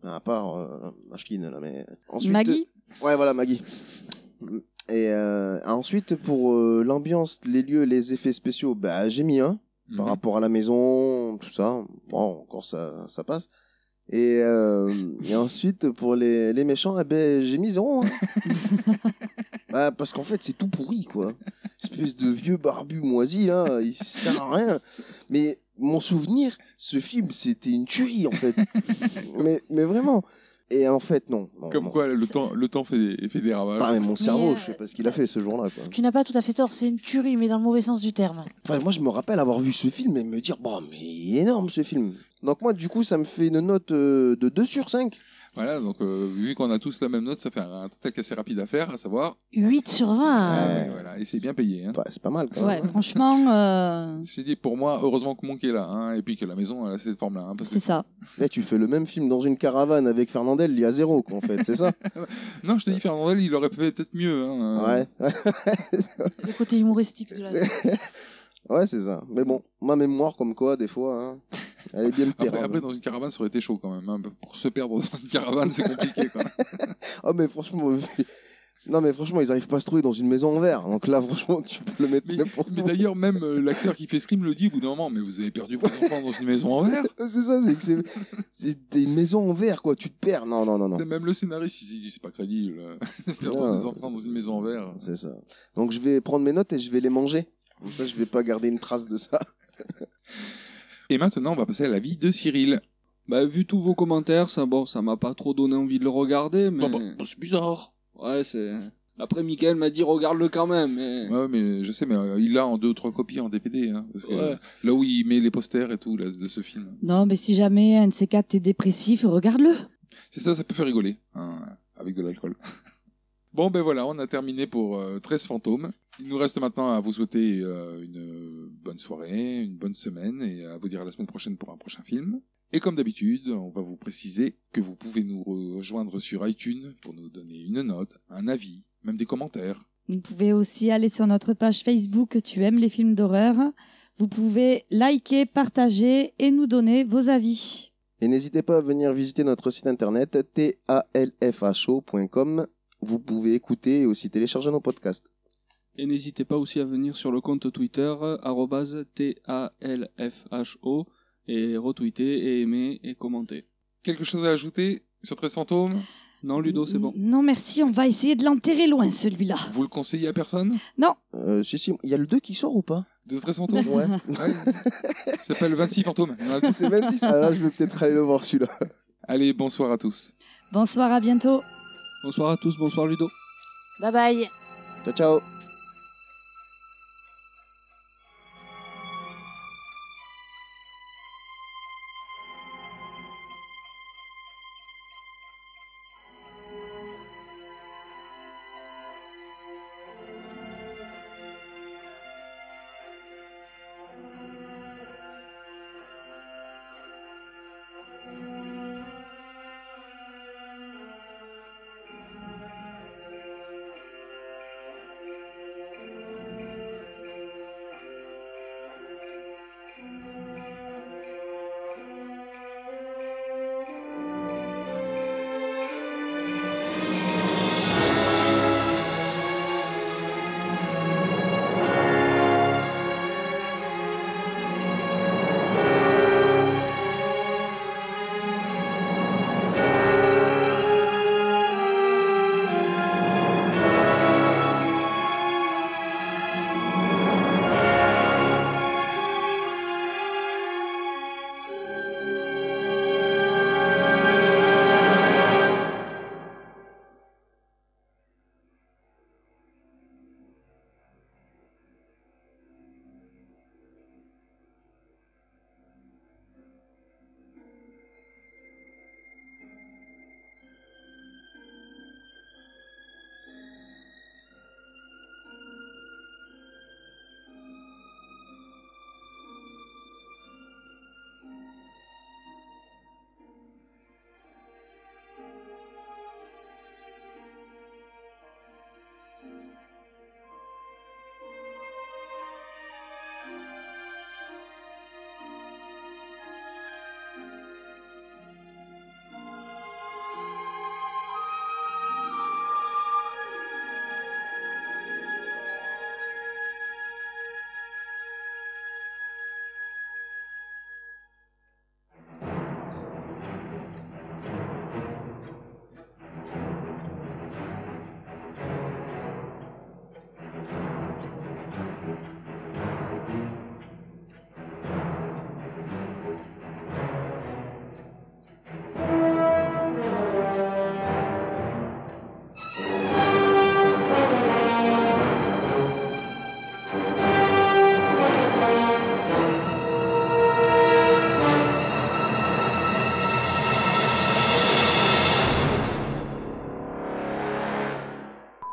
À part euh, Ashkin, là, mais. Maggie euh, Ouais, voilà, Maggie. Et euh, ensuite, pour euh, l'ambiance, les lieux, les effets spéciaux, bah, j'ai mis un. Mm. Mhm. Par rapport à la maison, tout ça. Bon, encore ça, ça passe. Et, euh, et ensuite, pour les, les méchants, eh ben, j'ai mis zéro. hein. Bah, parce qu'en fait, c'est tout pourri, quoi. Espèce de vieux barbu moisi, là, il sert à rien. Mais mon souvenir, ce film, c'était une tuerie, en fait. mais, mais vraiment. Et en fait, non. Non, Comme non. quoi le temps le temps fait des, fait des ravages. Ah, mais mon cerveau, euh, je sais pas ce qu'il a fait ce jour-là, quoi. Tu n'as pas tout à fait tort, c'est une tuerie, mais dans le mauvais sens du terme. Enfin, moi, je me rappelle avoir vu ce film et me dire, bon, mais il est énorme, ce film. Donc, moi, du coup, ça me fait une note euh, de 2 sur 5. Voilà, donc euh, vu qu'on a tous la même note, ça fait un total assez rapide à faire, à savoir. 8 sur 20. Ouais, voilà, et c'est bien payé. Hein. c'est pas mal. Ouais, franchement, euh, J'ai dit pour moi, heureusement que Monk est là, hein, et puis que la maison elle a cette forme-là. hein, parce que- c'est ça. Là, Eh, tu fais le même film dans une caravane avec Fernandel, il y a zéro, quoi, en fait, c'est ça Non, je te dis Fernandel, il aurait fait peut-être mieux. Hein, Ouais. Le côté humoristique de la. ouais, c'est ça. Mais bon, ma mémoire, comme quoi, des fois, hein, elle est bien me Après, après, dans une caravane, ça aurait été chaud quand même. hein. Pour se perdre dans une caravane, c'est compliqué. Quoi. Oh, mais franchement, non, mais franchement, ils arrivent pas à se trouver dans une maison en verre. Donc là, franchement, tu peux le mettre n'importe Mais où. d'ailleurs, même euh, l'acteur qui fait Scream le dit au bout d'un moment, mais vous avez perdu vos enfants dans une maison en verre c'est ça, c'est que c'est- c'est t'es une maison en verre, quoi. Tu te perds. Non, non, non, non. C'est même le scénariste, il se dit, c'est pas crédible. euh, de perdre Non. des enfants dans une maison en verre. C'est ça. Donc je vais prendre mes notes et je vais les manger. Comme ça, je vais pas garder une trace de ça. Et maintenant, on va passer à la vie de Cyril. Bah, vu tous vos commentaires, ça, bon, ça m'a pas trop donné envie de le regarder, mais. Oh, c'est bizarre. Ouais, c'est. Après, Michael m'a dit, regarde-le quand même, mais. Ouais, mais je sais, mais euh, il l'a en deux ou trois copies en DVD. hein, parce que, Ouais. euh, là où il met les posters et tout là, de ce film. Non, mais si jamais un de ces quatre est dépressif, regarde-le. C'est ça, ça peut faire rigoler, hein, avec de l'alcool. bon, ben voilà, on a terminé pour euh, 13 fantômes. Il nous reste maintenant à vous souhaiter euh, une euh, bonne soirée, une bonne semaine, et à vous dire à la semaine prochaine pour un prochain film. Et comme d'habitude, on va vous préciser que vous pouvez nous rejoindre sur iTunes pour nous donner une note, un avis, même des commentaires. Vous pouvez aussi aller sur notre page Facebook Tu aimes les films d'horreur. Vous pouvez liker, partager et nous donner vos avis. Et n'hésitez pas à venir visiter notre site internet talfho.com. Vous pouvez écouter et aussi télécharger nos podcasts. Et n'hésitez pas aussi à venir sur le compte Twitter, arrobase T-A-L-F-H-O, et retweeter, et aimer, et commenter. Quelque chose à ajouter sur 13 fantômes Non, Ludo, c'est bon. Non, merci, on va essayer de l'enterrer loin, celui-là. Vous le conseillez à personne Non. Euh, si, si, il y a le 2 qui sort ou pas De 13 fantômes Ouais. Ça s'appelle 26 fantômes. Il y en a deux. C'est 26. Ah là, je vais peut-être aller le voir celui-là. Allez, bonsoir à tous. Bonsoir, à bientôt. Bonsoir à tous, bonsoir Ludo. Bye bye. Ciao, ciao.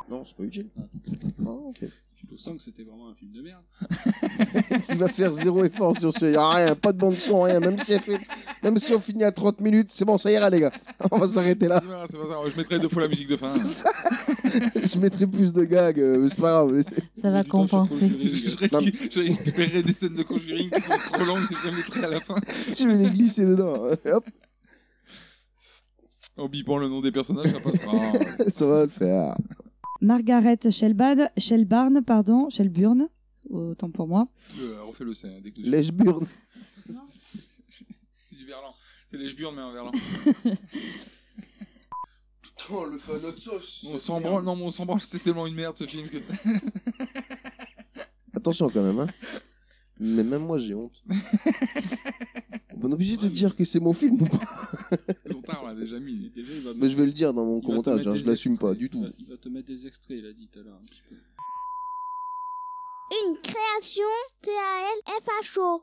Non, c'est pas utile. Ah, ok. Tu le sens que c'était vraiment un film de merde. Il va faire zéro effort sur ce. Il y a rien, pas de bande-son, rien. Même si, elle fait- Même si on finit à 30 minutes, c'est bon, ça ira, les gars. On va s'arrêter là. C'est pas ça, Je mettrai deux fois la musique de fin. Je mettrai plus de gags, euh, mais c'est pas grave. laissez. Ça va compenser. Je récu- je récupérerai des scènes de Conjuring qui sont trop longues que je les mettrai à la fin Je vais les glisser dedans. Et Hop, en bipant le nom des personnages, ça passera. ça va le faire. Margaret Shelbad, Shelbarn, pardon, Shelburne, autant pour moi. Euh, refais le scène. dès que tu- Lèche-burne. C'est du verlan. C'est lèche-burne, mais un verlan. Oh, on le fait à notre sauce. On s'en branle, non, mais on s'en branle, c'est tellement une merde ce film que. Attention quand même, hein. Mais même moi, j'ai honte. On est obligé de dire que c'est mon film ou pas On parle, on l'a déjà mis. Déjà, il va Mais je vais le dire dans Il mon va te commentaire, mettre genre, des je l'assume extraits. pas du tout. Il va- Il va te mettre des extraits, il a dit tout à l'heure. un petit peu. Une création T-A-L-F-H-O.